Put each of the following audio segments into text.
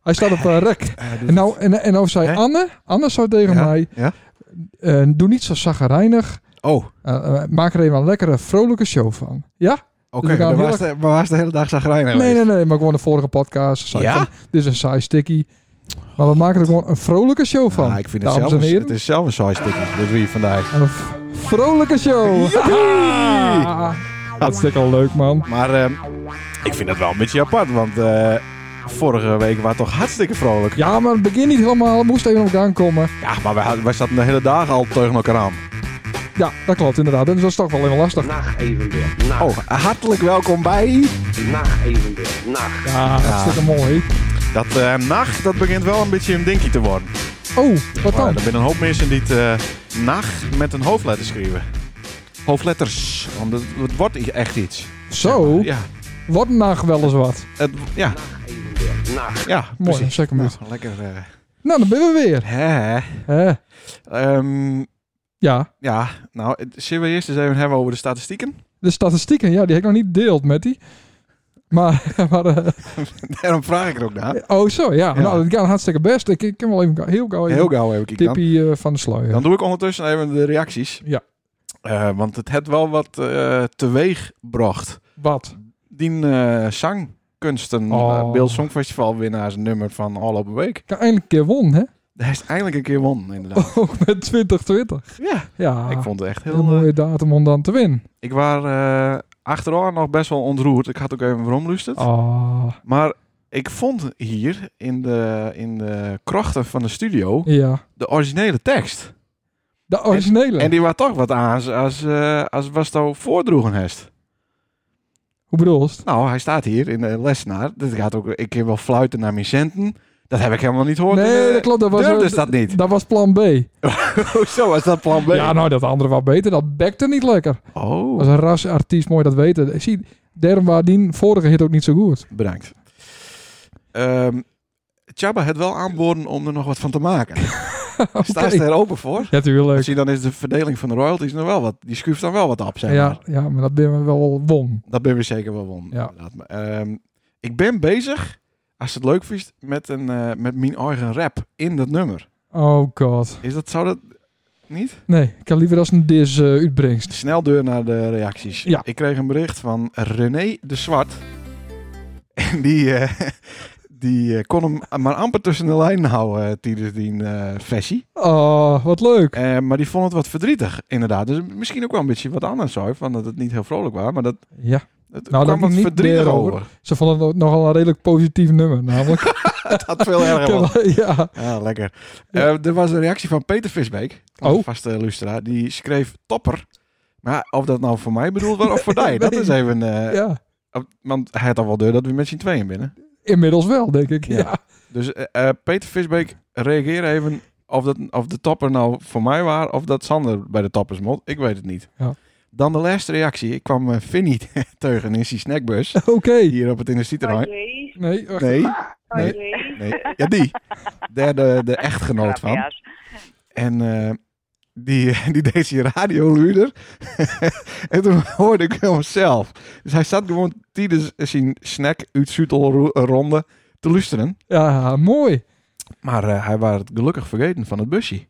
Hij staat op eh, rek. Hij doet En nou, en, en nou zei Hè? Anne, Anne zou tegen Ja, mij, ja. eh, doe niet zo zaggerijnig. het. Oh, oké. eh, eh, maak er even een lekkere, vrolijke show van. Ja? gaan Dus heel maar waar is de- maar waar is de hele dag zagrijnig Nee, geweest? nee, nee. Maar gewoon de vorige podcast. zei ik Ja? van, dit is een saai sticky. Maar we maken er gewoon een vrolijke show van. Nou, ik vind het dames zelf, en een- heren. het is zelf een saai stukje, dat we hier vandaag. Een v- vrolijke show. Hartstikke leuk, man. Maar ehm, ik vind dat wel een beetje apart, want eh, vorige week waren we toch hartstikke vrolijk. Ja, maar het begin niet helemaal. Het moest even op gang komen. Ja, maar wij, hadden- wij zaten de hele dag al tegen elkaar aan. Ja, dat klopt inderdaad. Dus dat is toch wel even lastig. Nacht evenbeeld. Nacht, Oh, hartelijk welkom bij... nacht evenbeeld. Nacht. Ja, hartstikke mooi. Dat eh, nacht, dat begint wel een beetje een dinkie te worden. Oh, wat Maar dan? er zijn een hoop mensen die het eh, nacht met een hoofdletter schrijven. Hoofdletters, want het, het wordt i- echt iets. Zo, Ja, wat een nacht wel eens wat. het, ja, Nacht evenbeeld. Nacht. ja Mooi, precies. zeker Nou, moet. lekker. eh, Nou, dan ben je weer. hè. Hè? Ehm, ja, ja, nou, het- zullen we eerst eens even hebben over de statistieken? de statistieken, ja, die heb ik nog niet deeld met die. Maar, maar eh, Daarom vraag ik er ook naar. oh zo, ja. Ja. Nou, dat gaat hartstikke best. Ik, ik kan wel even heel gauw even Heel gauw heb ik dan. tippie eh, van de sluier. Dan doe ik ondertussen even de reacties. Ja. Eh, want het had wel wat eh teweeg bracht. Wat? Die eh zangkunsten, Oh. eh, Beeld Songfestival winnaars nummer van afgelopen week. Ik heb eindelijk een keer won, hè? Hij is eindelijk een keer won, inderdaad. Ook met 2020. Ja, Oh, Ja, ik vond het echt een heel... eh, mooie datum om dan te winnen. ik was eh achteraf nog best wel ontroerd. Ik had ook even veromlusterd. Ah, Maar ik vond hier in de, in de krachten van de studio ja. de originele tekst. De originele. En die was toch wat aan als, als, eh, als was het voordroegen heeft. Hoe bedoel je het? Nou, hij staat hier in de lesnaar. Dit gaat ook, ik kan wel fluiten naar mijn centen. Dat heb ik helemaal niet gehoord. in Nee, de- dat klopt. Dat was, Durfde eh, ze dat niet? dat was plan B. Hoezo was dat plan B? Ja, nou, dat andere was beter. Dat bekte niet lekker. Oh, Als een rasartiest mooi dat weten. Ik zie, daarom waar die vorige hit ook niet zo goed. bedankt. Ehm Chaba had wel aanboden om er nog wat van te maken. Staat ze Oké. er open voor? Ja, tuurlijk. Misschien dan is de verdeling van de royalties nog wel wat. Die schuift dan wel wat op, zeg maar. Ja, ja, maar dat ben we wel won. Dat ben we zeker wel won. Ja. inderdaad. Maar, ehm, ik ben bezig, als het leuk vindt, met, een, eh, met mijn eigen rap in dat nummer. Oh god. Is dat, zou dat niet? Nee, ik heb liever als een dis eh uitbrengst. Snel deur naar de reacties. Ja. Ik kreeg een bericht van René de Zwart. En die, eh, die eh, kon hem maar amper tussen de lijn houden eh, tijdens die eh, versie. Oh, wat leuk. Eh, maar die vond het wat verdrietig, inderdaad. Dus misschien ook wel een beetje wat anders, hoor. Van dat het niet heel vrolijk was, maar dat Ja, het Nou, kwam dat wat niet verdrietig meer over. over. ze vonden het nogal een redelijk positief nummer. Namelijk. Het had veel Ik erger heb was. wel- ja. Ja, Ah, lekker. Eh, er was een reactie van Peter Visbeek, onze Oh. vaste luisteraar. Die schreef topper. Maar of dat nou voor mij bedoeld was of voor die, dat is even... eh, ja, op- Want hij had al wel deur dat we met z'n tweeën binnen. inmiddels wel, denk ik. Ja. Ja. Dus eh, eh, Peter Visbeek, reageer even of, dat, of de topper nou voor mij was of dat Sander bij de toppers mot. Ik weet het niet. Ja. Dan de laatste reactie. Ik kwam eh, Vinnie teugen in zijn snackbus. Oké. Hier op het industrieterrein. Oké, Nee, wacht. Nee, Nee. oké. nee. Ja, die. Daar de, de echtgenoot van. Grappia's. En eh, die, die deed zijn radio luider. en toen hoorde ik hem zelf. Dus hij zat gewoon tijdens zijn snack uit Zuidelronde te luisteren. Ja, mooi. Maar eh, hij was het gelukkig vergeten van het busje.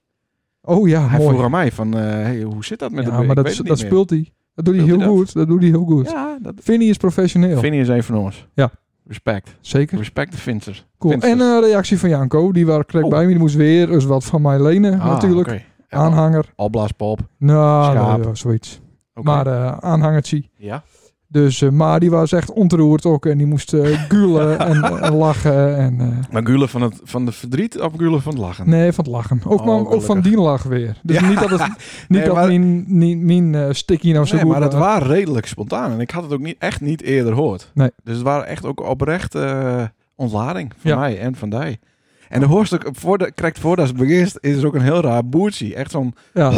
Oh ja, Hij mooi. vroeg aan mij van, eh, hey, hoe zit dat met ja, de maar dat, dat speelt hij. Dat doet hij Speelt heel hij dat? goed. Dat doet hij heel goed. Ja, dat Vinnie is professioneel. Vinnie is een van ons. Ja. Respect. Zeker. Respect de Vincent. Cool. Vincent. En een reactie van Janko, die waar krek Oh. bij me, die moest weer eens wat van mij lenen Ah, natuurlijk. oké. Aanhanger. Alblaspop. Oké. Nou, Schaap. nou, ja, zoiets. Maar eh aanhangertje. ja. Dus, eh, maar die was echt ontroerd ook en die moest eh gulen en, en lachen. En, eh, Maar gulen van, het, van de verdriet of gulen van het lachen? nee, van het lachen. Ook, Oh, maar ook gelukkig. van die lach weer. Dus Ja. niet dat, het, niet Nee, dat maar- mijn, mijn, mijn eh, stikkie nou zo Nee, goed maar dat was. waren redelijk spontaan. En ik had het ook niet, echt niet eerder gehoord. Nee. Dus het waren echt ook oprecht eh, ontlading van Ja. mij en van die. En de hoorst ook, voor de, krijgt voordat het begint, is er ook een heel raar boertje. Echt zo'n... Ja,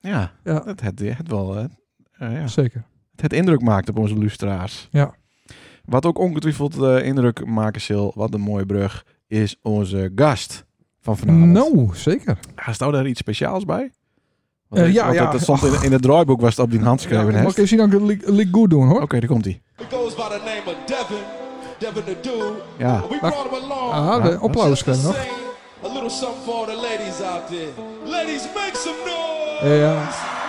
Ja, Ja. het had, het wel... eh, eh, ja. zeker. Het had indruk maakt op onze lustra's. Ja. Wat ook ongetwijfeld eh, indruk maken zal, wat een mooie brug, is onze gast van vanavond. Nou, zeker. Hij nou daar iets speciaals bij? Eh, ja, want ja. Dat, dat stond in, in het draaiboek was het op die hand geschreven. Ja, hè? mag ik Oké, even zien dat ik het li- li- goed doen hoor. daar komt hij. It goes by the name of Devin Devin to do. Ja. We brought him along. Ah, Ja, de applaus Just to kunnen nog. sing A little something for the ladies out there. Ladies, make some noise. Ja.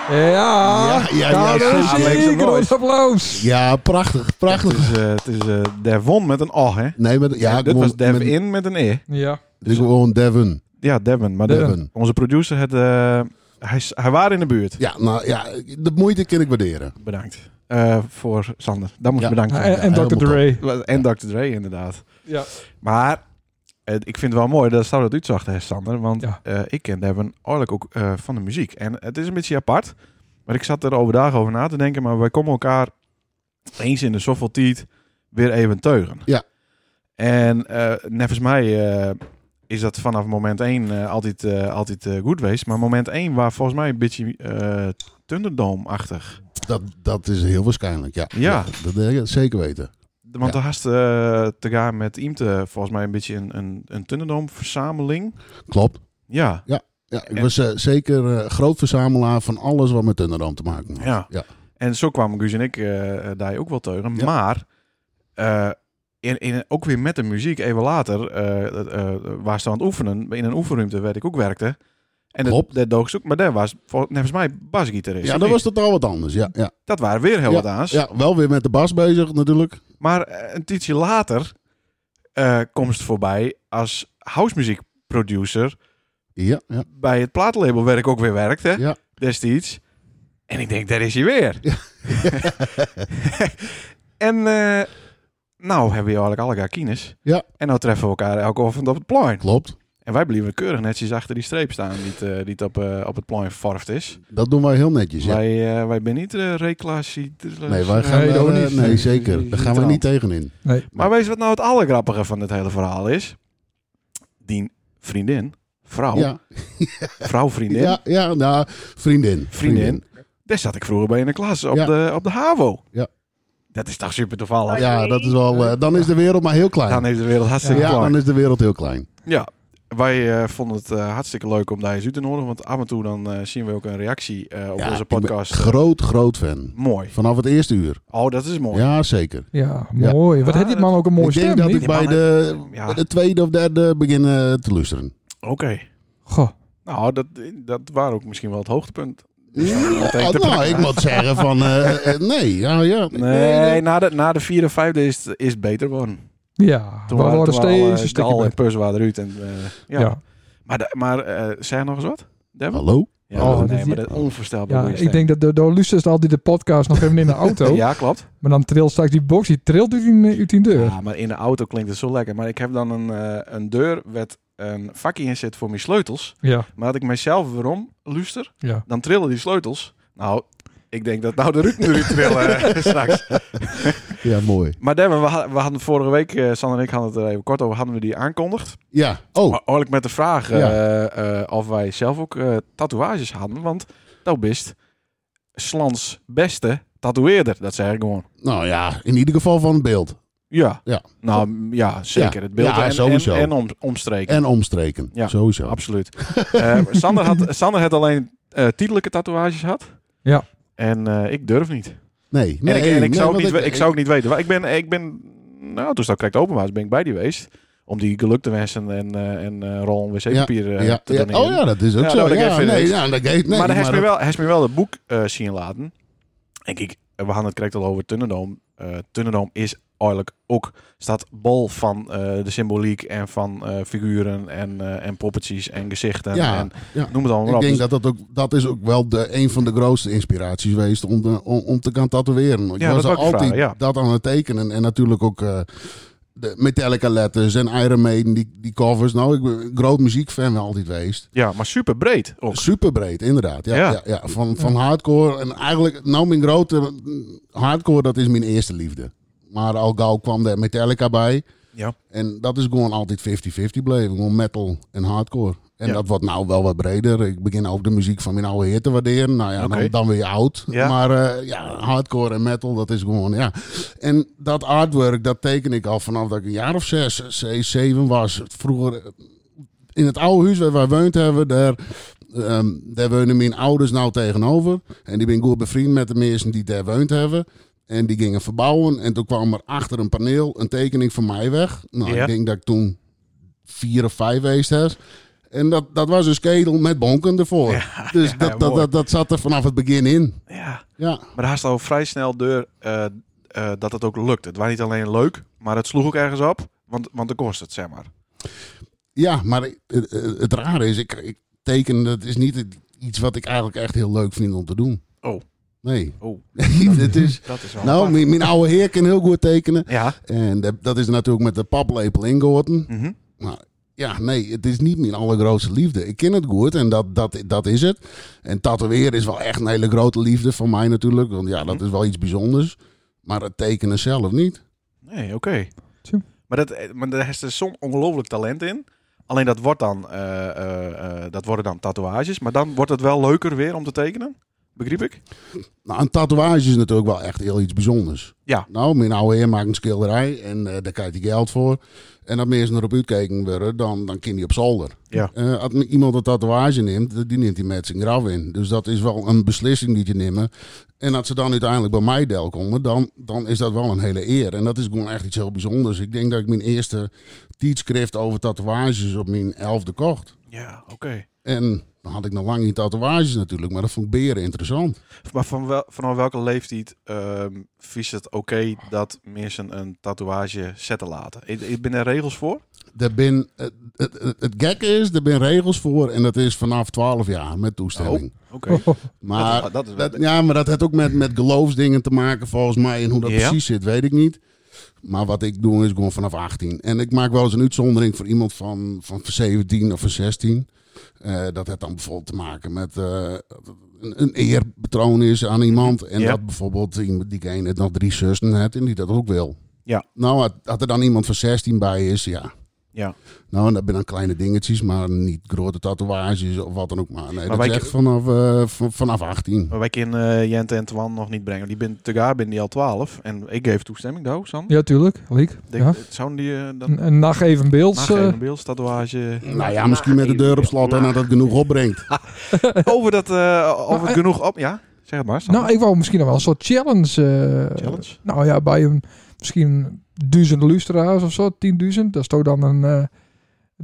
Nou, Ja, Ja, ja, ja, daar zeker. zie Alex ik. de Noois. Groot applaus. Ja, prachtig, Het prachtig. is, eh het is eh, Devon met een O, hè? Nee, maar ja, Dit was gewoon- Devin met- in met een E. Ja. dit is gewoon Devin. Ja, Devin. Maar de- Devin. onze producer, het, eh, hij, is- hij was in de buurt. Ja, nou ja, de moeite kan ik waarderen. Bedankt. Eh, voor Sander. Dat moet Ja. bedankt En, en helemaal Dr. Dre. worden. En Dr. Dre, inderdaad. Ja. Maar eh, ik vind het wel mooi dat Star dat uitzacht, hè, Sander. Want Ja. eh, ik ken Devin eigenlijk ook eh, van de muziek. En het is een beetje apart. Maar ik zat er overdag over na te denken. Maar wij komen elkaar eens in de zoveel tijd weer even teugen. Ja. En eh nevens mij eh, is dat vanaf moment 1 altijd, eh, altijd eh, goed geweest. Maar moment 1 was volgens mij een beetje eh Thunderdome-achtig. Dat, dat is heel waarschijnlijk, ja. Ja. dat, dat- zeker weten. Want Ja. daar had eh, te gaan met Imte volgens mij een beetje een, een, een Thunderdome-verzameling. Klopt. Ja. Ja, ik En- was eh, zeker eh, groot verzamelaar van alles wat met Thunderdome te maken had. Ja. Ja. En zo kwamen Guus en ik eh, eh, daar ook wel teuren. Ja. Maar eh, in, in, ook weer met de muziek, even later, eh, eh, waar ze aan het oefenen, in een oefenruimte waar ik ook werkte. En dat, Klopt. dat dook ze ook, maar daar was vol- volgens mij basgitarist. Ja, of dan niet? was totaal wat anders. Ja, ja. dat waren weer heel ja, wat aans. Ja, wel weer met de bas bezig natuurlijk. Maar eh, een tijdje later eh komt het voorbij als housemuziekproducer Ja, ja. bij het plaatlabel waar ik ook weer werkte Ja. destijds. En ik denk, daar is hij weer. en eh, nou hebben we eigenlijk alle elkaar kines. Ja. En nou treffen we elkaar elke avond op het plein. Klopt. En wij blijven keurig netjes achter die streep staan die, het, eh, die het op, eh, op het plein vervorfd is. Dat doen wij heel netjes. Ja. Wij, eh, wij zijn niet uh, reclassieters. Nee, wij gaan Nee, daar, dat eh, niet. nee, Nee, zeker. Daar gaan we niet tegenin. Nee. Maar weet je wat nou het allergrappige van dit hele verhaal is? Die vriendin, vrouw, Ja. vrouw vriendin, Ja, ja, nou, vriendin. Vriendin. daar zat ik vroeger bij in de klas op, Ja. de, op de HAVO. Ja. Dat is toch super toevallig? Ja, dat is wel. eh, dan is de wereld maar heel klein. Dan heeft de wereld hartstikke ja, klaar. dan is de wereld heel klein. Ja, wij eh, vonden het eh, hartstikke leuk om daar eens uit te nodigen. Want af en toe dan eh, zien we ook een reactie eh, op Ja, onze ik ben podcast. Groot, groot fan. Mooi. Vanaf het eerste uur. Oh, dat is mooi. Ja, zeker. Ja, Ja. mooi. Wat Ja, heeft die dat- man ook een mooie ik denk stem, dat niet? ik Die bij mannen- de, Ja. bij de tweede of derde begin eh, te luisteren. Oké. Goh. Nou, dat, dat waren ook misschien wel het hoogtepunt. Ja, meteen te nou, ik moet zeggen van eh, eh, nee, ja, ja. Nee, na, de, na de vierde, vijfde is, het- is het beter geworden. Ja, we worden toen al, eh, steeds een stukje Dal en beter. Pus waren eruit. En, eh, ja. Ja, Maar, de- maar eh zeg nog eens wat? Devin? Hallo? Ja, Oh, nee, dat- maar dat is onvoorstelbaar. ja goede stem. ik denk dat de, door luistert altijd de podcast nog even in de auto. Ja, klopt. Maar dan trilt straks die box, die trilt uit die, uit die deur. Ja, Ah, maar in de auto klinkt het zo lekker. Maar ik heb dan een, eh, een deur met een vakje in zit voor mijn sleutels. Ja, Maar had ik mijzelf waarom luister, ja. dan trillen die sleutels. Nou, ik denk dat nou de Ruud nu trillen eh, straks. Ja, mooi. Maar Devin, we, ha- we hadden vorige week, eh Sander en ik hadden het er even kort over, hadden we die aankondigd. Ja, oh, Maar eigenlijk met de vraag eh, Ja. eh, of wij zelf ook eh, tatoeages hadden. Want nou bist Slans beste tatoeëerder. Dat zeg ik gewoon. nou ja, in ieder geval van het beeld. Ja. Ja. Nou, m- ja, zeker. Ja. Het beeld Ja, en, sowieso. en, en om, omstreken. En omstreken, Ja, sowieso. Absoluut. Eh, Sander, had, Sander had alleen eh tijdelijke tatoeages had. Ja. En eh, ik durf niet. Nee, nee, en ik, en ik, nee, zou, ook want niet, we- ik, zou ook niet weten. Maar ik ben, ik ben nou, toen dat correct open was, ben ik bij die geweest. Om die geluk te wensen en, eh en eh rol wc-papier eh, ja, te ja. doneren. Oh ja, dat is ook Ja, zo. dat geeft ja, geen nee, niks. ja, dat geeft nee, maar hij heeft me dat- wel, hij heeft me wel het boek eh, zien laten. En kijk, we hadden het correct al over Tunnendoom. Eh Tunnendoom is eigenlijk ook staat bol van eh, de symboliek en van eh, figuren en, eh, en poppetjes en gezichten Ja, en ja. noem het allemaal Ik op. denk Dus- dat dat ook dat is ook wel de, een van de grootste inspiraties geweest om, de- om, om te gaan tatoeëren. Ik Ja, dat was wou ik altijd vragen, ja. dat aan het tekenen en natuurlijk ook eh, de Metallica letters en Iron Maiden die, die covers. Nou, ik ben een groot muziekfan wel altijd geweest. ja, maar super breed ook. Super breed, inderdaad. Ja, Ja. ja. Ja, Van, van hardcore en eigenlijk nou mijn grote mm, hardcore dat is mijn eerste liefde. Maar al gauw kwam de Metallica bij. Ja. En dat is gewoon altijd 50-50 bleven. Gewoon metal en hardcore. En Ja. dat wordt nou wel wat breder. Ik begin ook de muziek van mijn oude heer te waarderen. Nou ja, Oké. dan, dan weer oud. Ja. Maar eh, ja, hardcore en metal, dat is gewoon, ja. En dat artwork, dat teken ik al vanaf dat ik een jaar of zes, zes, zeven was. Vroeger, eh, in het oude huis waar wij woonden hebben, daar, ehm, daar woonden mijn ouders nou tegenover. En die ben goed bevriend met de mensen die daar woont hebben. En die gingen verbouwen. En toen kwam er achter een paneel een tekening van mij weg. Nou, Ja. ik denk dat ik toen vier of vijf geweest heb. En dat, dat was een schedel met bonken ervoor. dus ja, dat, dat, mooi. dat, dat zat er vanaf het begin in. Ja. Ja, Maar daar staat al vrij snel deur eh, eh, dat het ook lukt. Het was niet alleen leuk, maar het sloeg ook ergens op. Want, want dan kost het, zeg maar. ja maar ik- het, het het rare is, ik, ik teken, dat is niet het- iets wat ik eigenlijk echt heel leuk vind om te doen. Oh. Nee. Oh, het is, dat is wel nou, apart. mijn, mijn oude heer kan heel goed tekenen. Ja. En dat, dat is natuurlijk met de paplepel ingehoord. Mhm. Maar ja, nee, het is niet mijn allergrootste liefde. Ik ken het goed en dat, dat, dat is het. En tatoeëren is wel echt een hele grote liefde van mij natuurlijk. Want ja, dat is wel iets bijzonders. Maar het tekenen zelf niet. Nee, oké. Tjoe. Maar, dat, eh, maar daar is er zo'n ongelooflijk talent in. Alleen dat, wordt dan, eh, eh, eh, dat worden dan tatoeages. Maar dan wordt het wel leuker weer om te tekenen. Begreep ik? Nou, een tatoeage is natuurlijk wel echt heel iets bijzonders. Ja. Nou, mijn oude heer maakt een schilderij en eh, daar krijgt hij geld voor. En als mensen erop uitkeken worden, dan, dan kan hij op zolder. Ja. Eh, als iemand een tatoeage neemt, die neemt hij met zijn graf in. Dus dat is wel een beslissing die je neemt. En als ze dan uiteindelijk bij mij deel komen, dan, dan is dat wel een hele eer. En dat is gewoon echt iets heel bijzonders. Ik denk dat ik mijn eerste tijdschrift over tatoeages op mijn elfde kocht. Ja, oké. En dan had ik nog lang niet tatoeages natuurlijk, maar dat vond ik beren interessant. Maar van wel, vanaf welke leeftijd ehm vies het oké dat mensen een tatoeage zetten laten? Ik, ik ben er regels voor. Er bin, het, het, het- het gekke is, er zijn regels voor en dat is vanaf 12 jaar met toestemming. Oké. Maar Dat- dat, dat is Nou, wel- ja, maar dat heeft ook met, met geloofsdingen te maken volgens mij. En hoe dat Ja. precies zit, weet ik niet. Maar wat ik doe is gewoon vanaf 18. En ik maak wel eens een uitzondering voor iemand van, van 17 of van 16. Eh, dat heeft dan bijvoorbeeld te maken met eh, een, een eerbetoon is aan iemand. En Ja. dat bijvoorbeeld iemand- diegene nog drie zussen heeft en die dat ook wil. Ja. Nou, had- had er dan iemand van 16 bij is, ja. Ja. Nou, en dat zijn dan kleine dingetjes, maar niet grote tatoeages of wat dan ook. Maar nee, dat wij- is echt vanaf, eh, v- vanaf 18. Maar wij kunnen eh, Jente en Twan nog niet brengen. Die ben te gaar, ben die al 12. En ik geef toestemming, daar, San. Ja, tuurlijk. Liek. Denk- Ja. Zouden die eh, dan... Een, een nacht even beeld. Mag eh, een beeldstatoeage. Nou ja, misschien met de deur op nou. slot en dat het genoeg opbrengt. Over dat, eh over eh, het genoeg op. Ja, zeg het maar. Sander. nou, ik wou misschien nog wel een soort challenge. eh, Challenge? Nou ja, bij een misschien duizend luisteraars of zo, 10.000. Dat is toch dan een eh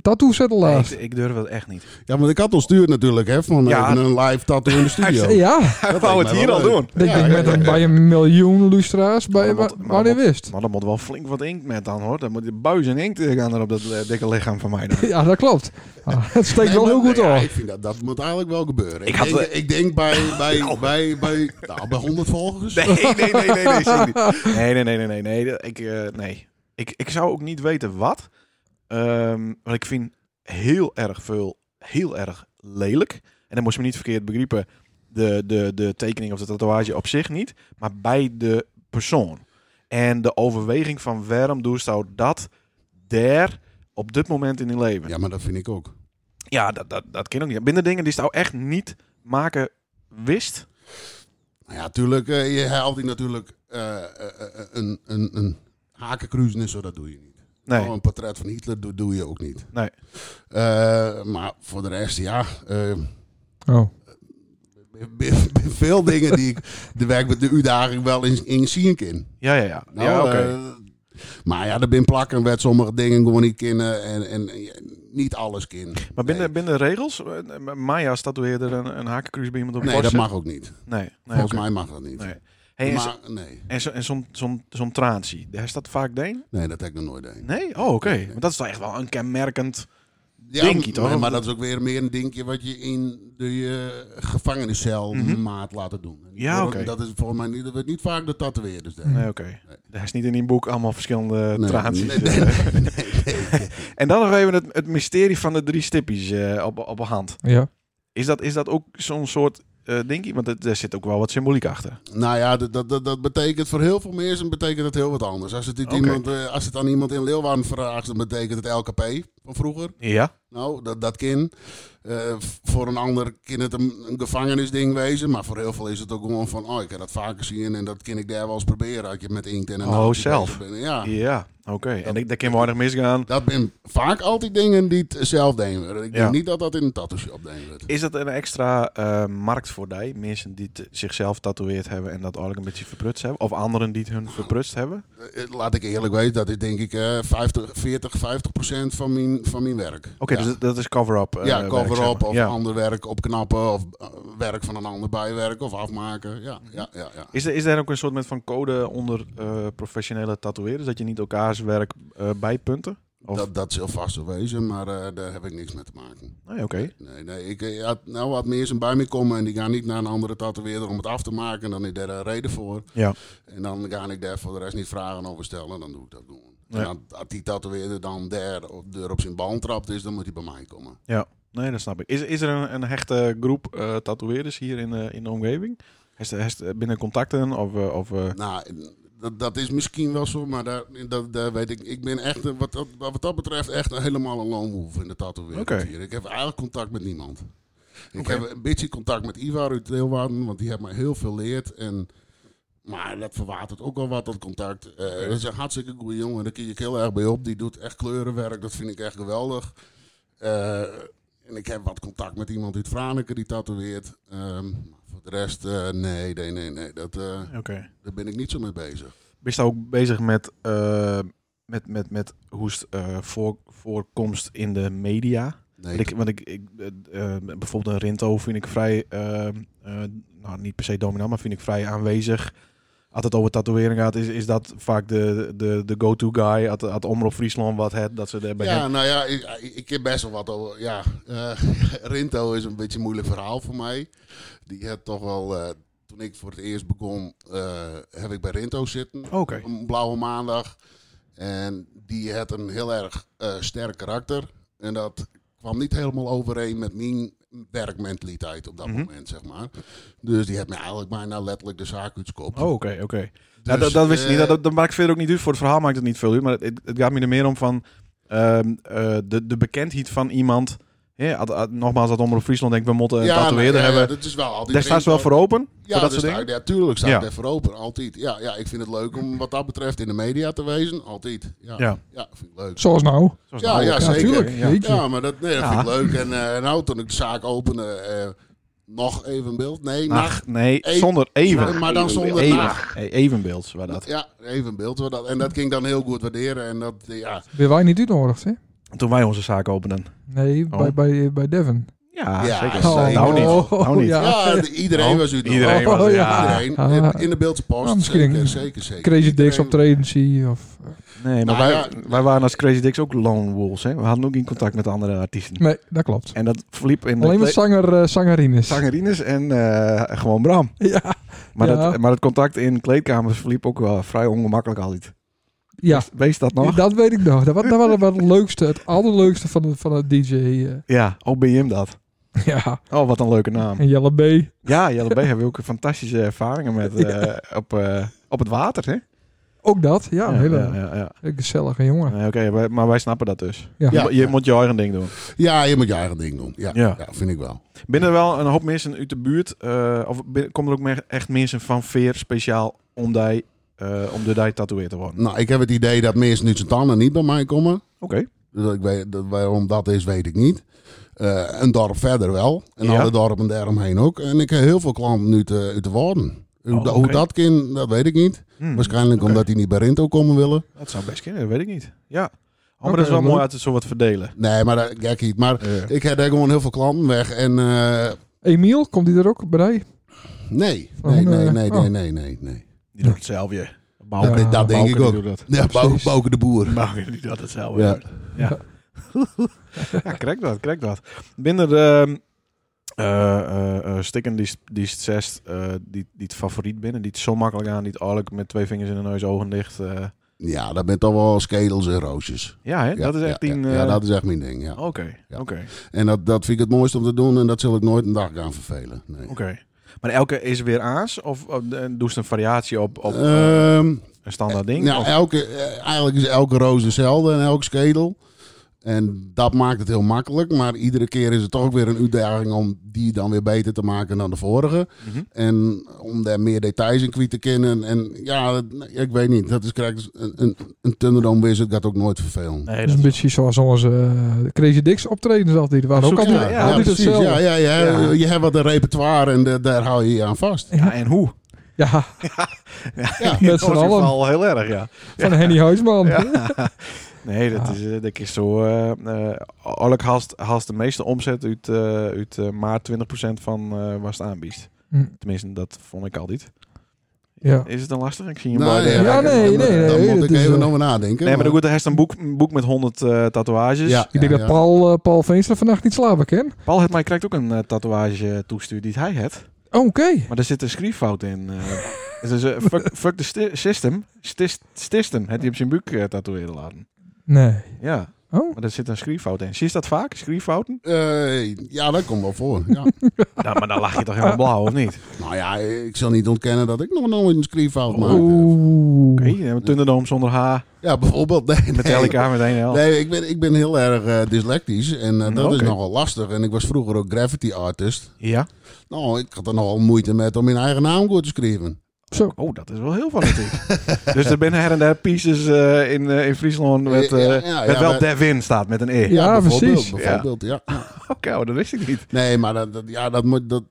tattoo Nee, zettelaar. ik, ik durf het echt niet. Ja, want ik had al stuurd natuurlijk, hè, van Ja. even een live tattoo in de studio. Ja, Hij lijkt mij wel leuk. ik Ja, denk ja, met ja, een, ja. bij een miljoen luisteraars. Bij, Maar wa- dat moet- maar wanneer dat moet- wist? Maar dan moet wel flink wat inkt met dan hoor. Dan moet je buizen inkt eh, gaan er op dat eh, dikke lichaam van mij. Dan. Ja, dat klopt. Ah, het steekt Nee, wel maar- heel goed ja, op. ik vind dat, dat moet eigenlijk wel gebeuren. Ik Ik, had, denk, eh, ik denk bij, bij, bij, bij, nou, bij 100 volgers. Nee, nee, nee, nee, nee, nee, zeker niet. nee, nee, nee, nee, nee, nee, dat- Ik, eh, nee. Ik, ik zou ook niet weten wat. Ehm want ik vind heel erg veel, heel erg lelijk. En dan moest je me niet verkeerd begrijpen, de, de, de tekening of de tatoeage op zich niet, maar bij de persoon. En de overweging van waarom doe je dat daar op dit moment in je leven. Ja, Ja, maar dat vind ik ook. dat, dat, dat ken ik niet. Binnen dingen die zou echt niet maken wist. Nou ja, tuurlijk, eh, je haalt die natuurlijk eh, eh, eh, een, een, een hakenkruis en zo, dat doe je niet. Nee. Oh, een portret van Hitler doe, doe je ook niet. Nee. Eh, maar voor de rest, ja. eh, Oh. bij- bij veel dingen die ik de werk met de uitdaging wel in, in zien kan. Ja, ja, ja. Nou, ja, oké. eh, maar ja, er ben plakken werd sommige dingen gewoon niet kennen en, en, en niet alles kennen. Maar binnen, binnen de regels, eh, Maya tatoeëerder een, een hakenkruis bij iemand op Nee, borst dat zet? mag ook niet. Nee, nee Volgens oké. mij mag dat niet. Nee. Hey, en zo- maar nee, en zo- en zo'n zo'n zo'n transie, daar is dat vaak deen? nee, dat heb ik nog nooit gedaan. Nee? Oh, oké. Want dat is toch echt wel een kenmerkend... Ja, Dinkie toch? maar- maar dat is ook weer meer een dingetje wat je in de eh, gevangeniscel maat laten doen. Mhm. Ja, Voor- oké. Dat is volgens mij niet, dat wordt niet vaak de tatoeëerders doen. Nee, oké. Daar is niet in die boek allemaal verschillende Nee, transies. nee, nee, nee, nee, nee. En dan nog even het, het mysterie van de drie stippies eh, op, op een hand. Ja. Is dat, is dat ook zo'n soort eh dingetje? Want het- er zit ook wel wat symboliek achter. Nou ja, dat, dat- dat, dat betekent voor heel veel mensen betekent dat heel wat anders. Als het, dit Oké. iemand, eh, als het aan iemand in Leeuwarden vraagt, dan betekent het LKP. van vroeger. Ja. Nou, dat, dat kind. Eh, v- voor een ander kan het een, een gevangenisding wezen. Maar voor heel veel is het ook gewoon van... Oh, ik heb dat vaker zien en dat kan ik daar wel eens proberen. Als je met inkt en een Oh, naaldje zelf. bezig bent. Ja. Ja, oké. En ik, daar kan weinig misgaan. Dat zijn vaak altijd dingen die het zelf deden. Ik denk Ja. niet dat dat in een tattoo shop deden wordt. Is dat een extra eh, markt voor die mensen die het zichzelf tatoeëerd hebben en dat eigenlijk een beetje verprutst hebben? Of anderen die het hun verprutst hebben? Eh, Laat ik eerlijk weten, dat is denk ik eh 50, 40, 50 procent van mijn, van mijn werk. Oké, ja. dus dat is cover-up. eh, ja, werk, cover zeg up maar. of Ja. ander werk opknappen of eh, werk van een ander bijwerken of afmaken. Ja, ja, ja. ja. Is er, is er ook een soort met van code onder eh, professionele tatoeëerders? Dat je niet elkaars werk eh bijpunten? Of? Dat, dat is heel vast zo wezen, maar eh, daar heb ik niks mee te maken. Nee, oké. Nee, nee, ik eh, had, nou had mensen bij me komen en die gaan niet naar een andere tatoeëerder om het af te maken. Dan is daar een reden voor. Ja. En dan ga ik daar voor de rest niet vragen over stellen, dan doe ik dat gewoon. Ja. En dan- als die tatoeëerder dan daar op, deur op zijn bal trapt is, dan moet hij bij mij komen. Ja, nee, dat snap ik. Is, is er een, een hechte groep eh tatoeëerders hier in, de in de omgeving? Heeft, heeft eh, binnen contacten of... eh, of eh, Nou, dat, dat is misschien wel zo, maar daar, dat, daar weet ik. Ik ben echt, een- wat dat, wat dat betreft, echt een- helemaal een lone wolf in de tatoeëerder Oké. hier. Ik heb eigenlijk contact met niemand. Ik Oké. heb een beetje contact met Ivar uit Leeuwarden, want die heeft mij heel veel geleerd. En, maar dat verwatert ook al wat, dat contact. Eh, Dat is een hartstikke goede jongen, daar kun je heel erg bij op. Die doet echt kleurenwerk, dat vind ik echt geweldig. Eh, en ik heb wat contact met iemand uit Franeker die tatoeëert. Ehm, maar voor de rest, eh, nee, nee, nee, nee. Dat, eh, oké. daar ben ik niet zo mee bezig. Ben je daar ook bezig met, eh, met, met, met hoe is het, eh, voor, voorkomst in de media? Nee, Want ik, want ik, ik eh, eh, bijvoorbeeld een Rinto vind ik vrij, eh, eh, nou niet per se dominant, maar vind ik vrij aanwezig. Als het over tatoeëren gaat, is, is dat vaak de, de, de go-to guy. Had, had Omroep Friesland wat het, dat ze daarbij ja, nou ja, ik, ik heb best wel wat over. Ja, eh, Rinto is een beetje een moeilijk verhaal voor mij. Die had toch wel, eh, toen ik voor het eerst begon, eh, heb ik bij Rinto zitten. Oké, Een blauwe maandag. En die had een heel erg eh, sterk karakter. En dat kwam niet helemaal overeen met mijn werkmentaliteit op dat Mhm. moment, zeg maar. Dus die heeft me eigenlijk bijna letterlijk de zaak uit z'n kop. oh, oké, oké. Dus, Nou, dat, dat wist ik eh, niet. Dat, dat maakt verder ook niet uit. Voor het verhaal maakt het niet veel uit. Maar het, het gaat me er meer om van ehm, eh, de, de bekendheid van iemand. Hè, ad- ad- nogmaals, dat Omroep Friesland denkt, we moeten een nou, tatoeëerder ja, hebben. dat is wel altijd Daar staat ze wel Rinto. voor open. Ja, voor dat daar soort sta ik- dingen. ja, tuurlijk sta Ja. ik daarvoor open, altijd. Ja, ja, ik vind het leuk om wat dat betreft in de media te wezen, altijd. Ja, ja. Ja. vind ik leuk. Zoals nou. Zoals Ja, nou ja, ook. zeker. tuurlijk. Ja. Jeetje. Ja, maar dat, nee, dat Ja. vind ik leuk. En eh, nou, toen ik de zaak opende, eh, nog even een beeld. Nee, nacht. Nacht, nee, Even. zonder Eh, even. Maar dan Evenbeeld. zonder Even. nacht. Hey, Evenbeeld, waar dat. Ja, even een beeld. hoor. Dat- En dat ging ik dan heel goed waarderen. En dat, eh, ja. Ben wij niet uitnodigd, hè? Toen wij onze zaak openden. Nee, Oh. bij, bij, bij Devon. Ja, Ja, zeker. zeker. Nou niet. Oh, Nou niet. ja. Ja, de- iedereen Oh, was u iedereen was- ja. iedereen. Ah. In- In de beeldse Ah, post. misschien Zeker, een zeker, zeker. Crazy Dicks Iedereen- optreden zie of... Nee, maar Nou wij, ja. wij waren als Crazy Dicks ook lone wolves. Hè? We hadden ook in contact met andere artiesten. Nee, dat klopt. En dat verliep in Alleen maar de zanger, eh, zangerines. zangerines en eh, gewoon Bram. Ja, Maar, Ja. dat, maar het contact in kleedkamers verliep ook wel vrij ongemakkelijk altijd. ja. Wees dat nog? dat weet ik nog. Dat was, dat was wel het leukste, het allerleukste van, het- van het DJ. eh. Ja, oh ben je hem dat. ja, Oh, wat een leuke naam. en Jelle B. Ja, Jelle B. hebben we ook fantastische ervaringen met eh, op, eh, op het water, hè? Ook dat, ja, een hele ja, ja, ja. gezellige jongen. Nee, Oké, wij- maar wij snappen dat dus. Ja. Ja. Je moet je eigen ding doen. Ja, je moet je eigen ding doen. Ja, Ja. ja. vind ik wel. Binnen er wel een hoop mensen uit de buurt, eh, of bin- komen er ook meer- echt mensen van veer speciaal om, die, eh, om de dij tatoeëerd te worden? Nou, ik heb het idee dat mensen nu zijn tanden niet bij mij komen. Oké. Dus dat ik weet, dat, waarom dat is, weet ik niet. Eh, een dorp verder wel. En Ja. alle dorpen daaromheen ook. En ik heb heel veel klanten nu te, uit de Waarden. Hoe, Oh, da- oké. hoe dat kan, dat weet ik niet. Hmm. Waarschijnlijk oké. omdat die niet bij Rinto komen willen. Dat zou best kunnen, dat weet ik niet. Ja. Oh, maar Oké, dat is wel leuk. mooi uit het zo wat verdelen. Eh, Nee, maar dat gek niet. Maar Ja. ik heb daar gewoon heel veel klanten weg. En eh, Emiel, komt die er ook bij? nee, Van, nee, nee, eh, nee, oh. nee, nee, nee, nee. Die doet hetzelfde. Oh, ja. Bouke- Dat- dat denk Bouke ik die ook. doet dat. Ja, Bou- Precies. Bouke de Boer. Bouke die doet hetzelfde. Ja. Ja, ja. ja krijg dat, krijg dat. Binnen de ehm, eh, eh, eh, stikken die, die het zest, eh, die, die het favoriet binnen, die het zo makkelijk aan, die het eigenlijk met twee vingers in de neus, ogen dicht. eh. Ja, dat bent toch wel skedels en roosjes. ja, hè? Ja, dat is echt ja, een... ja, eh, ja, dat is echt mijn ding, ja. Oké, Ja. oké, En dat, dat vind ik het mooiste om te doen. En dat zal ik nooit een dag gaan vervelen. Nee. oké. Maar elke is weer aans? Of, of eh, doe je een variatie op, op eh, Ehm, een standaard ding? Nou, Of- elke, eh, eigenlijk is elke roos dezelfde en elke schedel. En dat maakt het heel makkelijk. Maar iedere keer is het toch ook weer een uitdaging om die dan weer beter te maken dan de vorige. Mhm. En om daar meer details in kwijt te kennen. En ja, dat- ik weet niet. Dat is krijgt een, een, een Thunderdome Wizard gaat ook nooit vervelen. Het is een beetje zoals onze eh, Crazy Dicks optredens altijd. Waar ook Zoek- altijd, ja, ja, altijd precies. hetzelfde. Ja, ja, ja, Ja. Je hebt wat een repertoire en de- daar hou je je aan vast. Ja, en hoe? Ja, Ja. In Met z'n ons allen. geval heel erg, ja. van Henny Huisman. Nee, dat is, eh, denk ik zo. eh eh Orlijk haast, haast de meeste omzet uit, eh uit eh, maar 20% van eh waar het aanbiedt. Hm. Tenminste, dat vond ik altijd. Ja. Is het een lastig? Ik zie hem Nou, bij de- ja, Ja, nee, nee, dan- Dan nee, moet dat ik is, even eh, over nadenken. Nee, maar goed, hij heeft een boek, een boek met 100 eh, tatoeages. Ja, Ik denk ja, dat ja. Paul, eh, Paul Veenstra vannacht niet slapen kan. Paul het mij krijgt ook een eh, tatoeage toestuurd die hij had. Oh, Oké. Maar daar zit een schrijffout in. eh. Het is eh, fuck, fuck the sti- system. Stis, system. Het die op zijn buik eh, tatoeëren laten. Nee. Ja, Oh. maar daar zit een schrijffout in. Zie je dat vaak? Schrijffouten? Eh, ja, dat komt wel voor. Ja. nou, maar dan lach je toch helemaal blauw, of niet? nou ja, ik zal niet ontkennen dat ik nog nooit een schrijffout maak. Oeh. Oké, okay, Thunderdome zonder H. eh, Ja, bijvoorbeeld. Nee, nee. Metallica met één L. Nee, ik ben, ik ben heel erg eh, dyslectisch en eh, dat is Mm, oké. nogal lastig. En ik was vroeger ook graffiti artist. Ja. Nou, ik had er nogal moeite met om mijn eigen naam goed te schrijven. Zo. Oh, dat is wel heel fanatiek. dus er binnen her en der pieces eh, in, eh, in Friesland met, eh Ja, ja, ja, met wel maar- Devin staat met een E. Ja, bijvoorbeeld, precies. Bijvoorbeeld, ja. Oké, oh, dat wist ik niet. Nee, maar dat, dat- ja, dat moet, dat,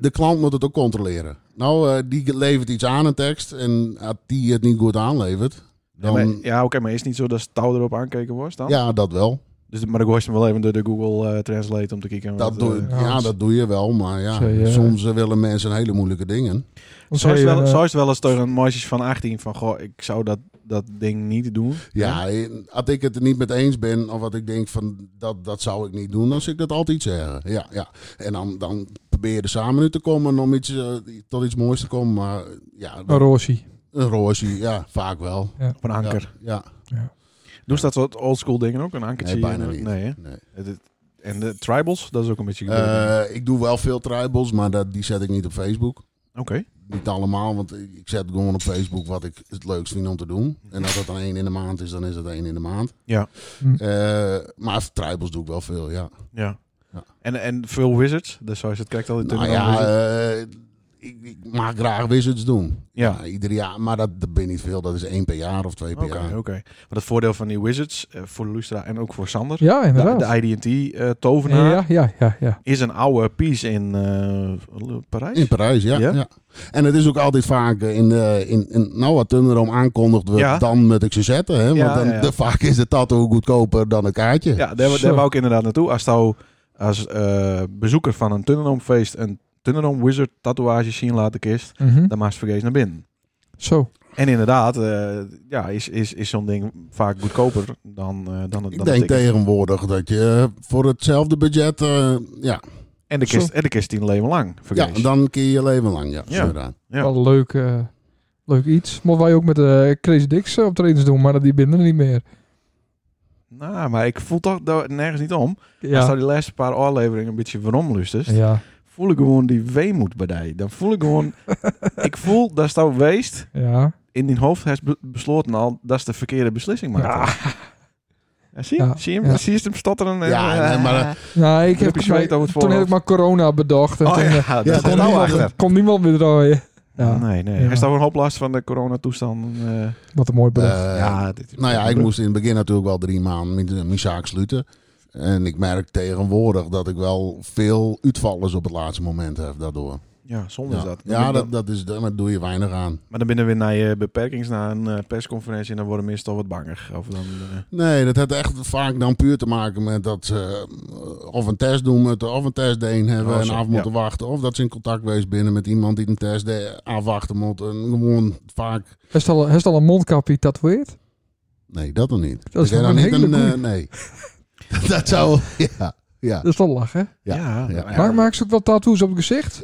de klant moet het ook controleren. Nou, eh, die levert iets aan, een tekst. En als die het niet goed aanlevert, Ja, dan... maar, ja oké, maar is het niet zo dat ze touw erop aankeken wordt dan? ja, dat wel. Dus, maar ik hoor ze wel even door de Google eh, Translate om te kijken. Dat wat, doe, eh, ja, ja, als- dat doe je wel, maar ja, Zij, eh, soms eh, willen mensen hele moeilijke dingen. Want Zou je hij, wel, eh, zou je wel eens tegen een meisje van 18 van, goh, ik zou dat, dat ding niet doen. Ja, en als ik het er niet met eens ben, of wat ik denk van dat, dat zou ik niet doen, dan zul ik dat altijd zeggen. Ja, ja. En dan, dan probeer je er samen uit te komen om iets, eh, tot iets moois te komen. Maar eh, ja, Een Rossi. een roosje, ja, vaak wel. Op een anker. Ja, ja. Doen ze dat soort oldschool dingen ook? Een ankertje? Nee, bijna en- niet. eh, Nee, hè? Nee. Het- het- En de tribals, dat is ook een beetje... Eh, ik doe wel veel tribals, maar dat, die zet ik niet op Facebook. Oké. Niet allemaal, want ik zet gewoon op Facebook wat ik het leukst vind om te doen. En als dat dan één in de maand is, dan is dat één in de maand. Ja. Hm. Eh, maar tribals doe ik wel veel, ja. Ja. Ja. En, en veel wizards, dus zoals je het kijkt altijd. Nou in de ja, wizards. eh, ik, ik mag graag wizards doen. Ja. Nou, ieder jaar, maar dat, dat ben niet veel. Dat is één per jaar of twee per Oké, oké. jaar. Maar het voordeel van die wizards, eh, voor Lustra en ook voor Sander, Ja, de, inderdaad. de IDT-tovenaar, ja, ja, ja, ja. eh, is een oude piece in eh, Parijs. In Parijs, ja, Ja? ja? En het is ook altijd vaak eh, in de. In, in, nou, wat Thunderdome aankondigd wordt, Ja. dan moet ik ze zetten. Hè? Want Ja, dan, ja, ja. de- vaak is de tattoo goedkoper dan een kaartje. Ja, daar, Zo. daar wou ik inderdaad naartoe. Als jou als eh, bezoeker van een Tunnelomfeest een Tunnelom Wizard tatoeage zien laten kist, Mhm. dan maakt ze vergeet naar binnen. Zo. En inderdaad, eh, ja, is, is, is zo'n ding vaak goedkoper dan, eh, dan, het- dan Ik het denk ticket. tegenwoordig dat je eh, voor hetzelfde budget. eh, ja, En de kist, Zo. en de kist tien leven lang ja, vergeet. dan keer je leven lang. Ja, Ja. inderdaad. Ja. Wel een leuk, eh, leuk iets. Mochten wij ook met de Crazy Dicks eh, optredens doen, maar dat die binnen niet meer. Nou, maar ik voel toch daar nergens niet om. Als daar Ja. die laatste paar afleveringen een beetje waarom lustest, Ja, voel ik gewoon die weemoed bij die. Dan voel ik gewoon... ik voel dat is nou weest ja. in die hoofd heeft be- besloten al dat is de verkeerde beslissing maakt. Ja, zie, je? Ja, zie je hem? ja. Zie je hem stotteren? En, Ja, nee, maar, eh, Nou, ik Heb heb je zweet over het toen heb ik voorhoofd? maar corona bedacht. En Oh, toen, ja, eh, dat kon komt nou niemand- achter. kon niemand meer draaien. Ja, Nee, nee. Ja. Er is daar een hoop last van de coronatoestand. eh wat een mooi bedacht. eh, ja, dit is Nou ja, ik moest in het begin natuurlijk wel drie maanden mijn, mijn zaak sluiten. En ik merk tegenwoordig dat ik wel veel uitvallers op het laatste moment heb daardoor. ja, zonde Ja, is dat. Dan ja ben- dat, dat is, daar doe je weinig aan. Maar dan binnen we naar je beperkings, naar een eh, persconferentie en dan worden mensen toch wat banger. Of dan, eh, Nee, dat heeft echt vaak dan puur te maken met dat ze eh, of een test doen moeten, of een testdeen hebben Oh, en zo, af moeten wachten. Of dat ze in contact geweest binnen met iemand die een test afwachten moet. En gewoon vaak, Heeft al, heeft al een mondkapje tatoeëerd? nee, dat nog niet. Dat is jij nog dan een niet hele eh, goeie. nee. dat zou, ja, ja. Dat is wel lachen. Ja, ja, nou ja. Maak, maak ze ook wel tattoos op het gezicht?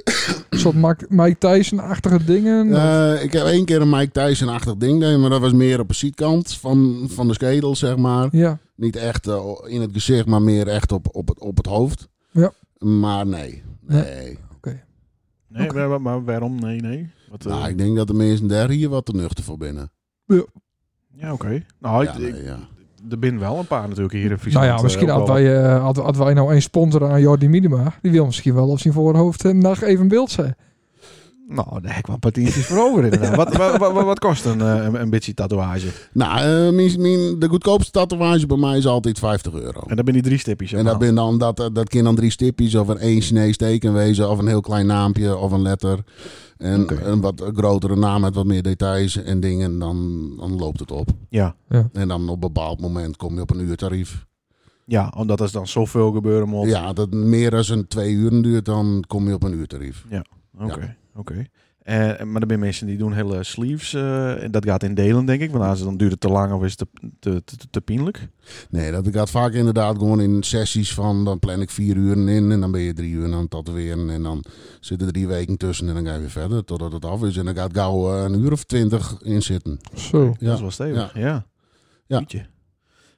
een soort Mark- Mike Tyson-achtige dingen? Eh, ik heb één keer een Mike Tyson-achtig ding gedaan, maar dat was meer op de zijkant van, van de schedel, zeg maar. ja. Niet echt eh, in het gezicht, maar meer echt op, op, het, op het hoofd. Ja. Maar nee, Nee. nee. Nee, maar, maar waarom? Nee, nee. Wat, eh, Nou, ik denk dat de mensen daar hier wat te nuchter voor binnen. Ja, oké. Nou, ik- Ja, nee, ja. er zijn wel een paar natuurlijk hier in Friesland. Nou ja, misschien eh, had wel. wij, eh, had, had wij nou één sponsor aan Jordi Minima. Die wil misschien wel op zijn voorhoofd een nacht even beeld zijn. Nou, daar heb ik wel partijtjes voor over inderdaad. wat, wat, wat, wat kost een, eh, een, een bitchie tatoeage? Nou, eh, mijn, mijn- de goedkoopste tatoeage bij mij is altijd 50 euro. En dan ben je drie stipjes. En dat, ben dan, dat, eh, dat kan dan drie stipjes of een één Chinees teken wezen of een heel klein naampje of een letter. En Oké. een wat grotere naam met wat meer details en dingen. Dan, dan loopt het op. Ja. En dan op een bepaald moment kom je op een uurtarief. ja, omdat er dan zoveel gebeuren moet. Ja, dat meer dan een twee uren duurt, dan kom je op een uurtarief. Oké, oké. Eh, maar er zijn mensen die doen hele sleeves. eh, en dat gaat in delen, denk ik. Want als het dan duurt het te lang of is het te, te, te, te pijnlijk. Nee, dat gaat vaak inderdaad gewoon in sessies van dan plan ik vier uren in en dan ben je drie uur aan het tatoeëren. En dan zitten er drie weken tussen en dan ga je weer verder totdat het af is. En dan gaat gauw eh, een uur of twintig in zitten. Zo. Ja. Dat is wel stevig. Ja. ja. Ja. Jeetje.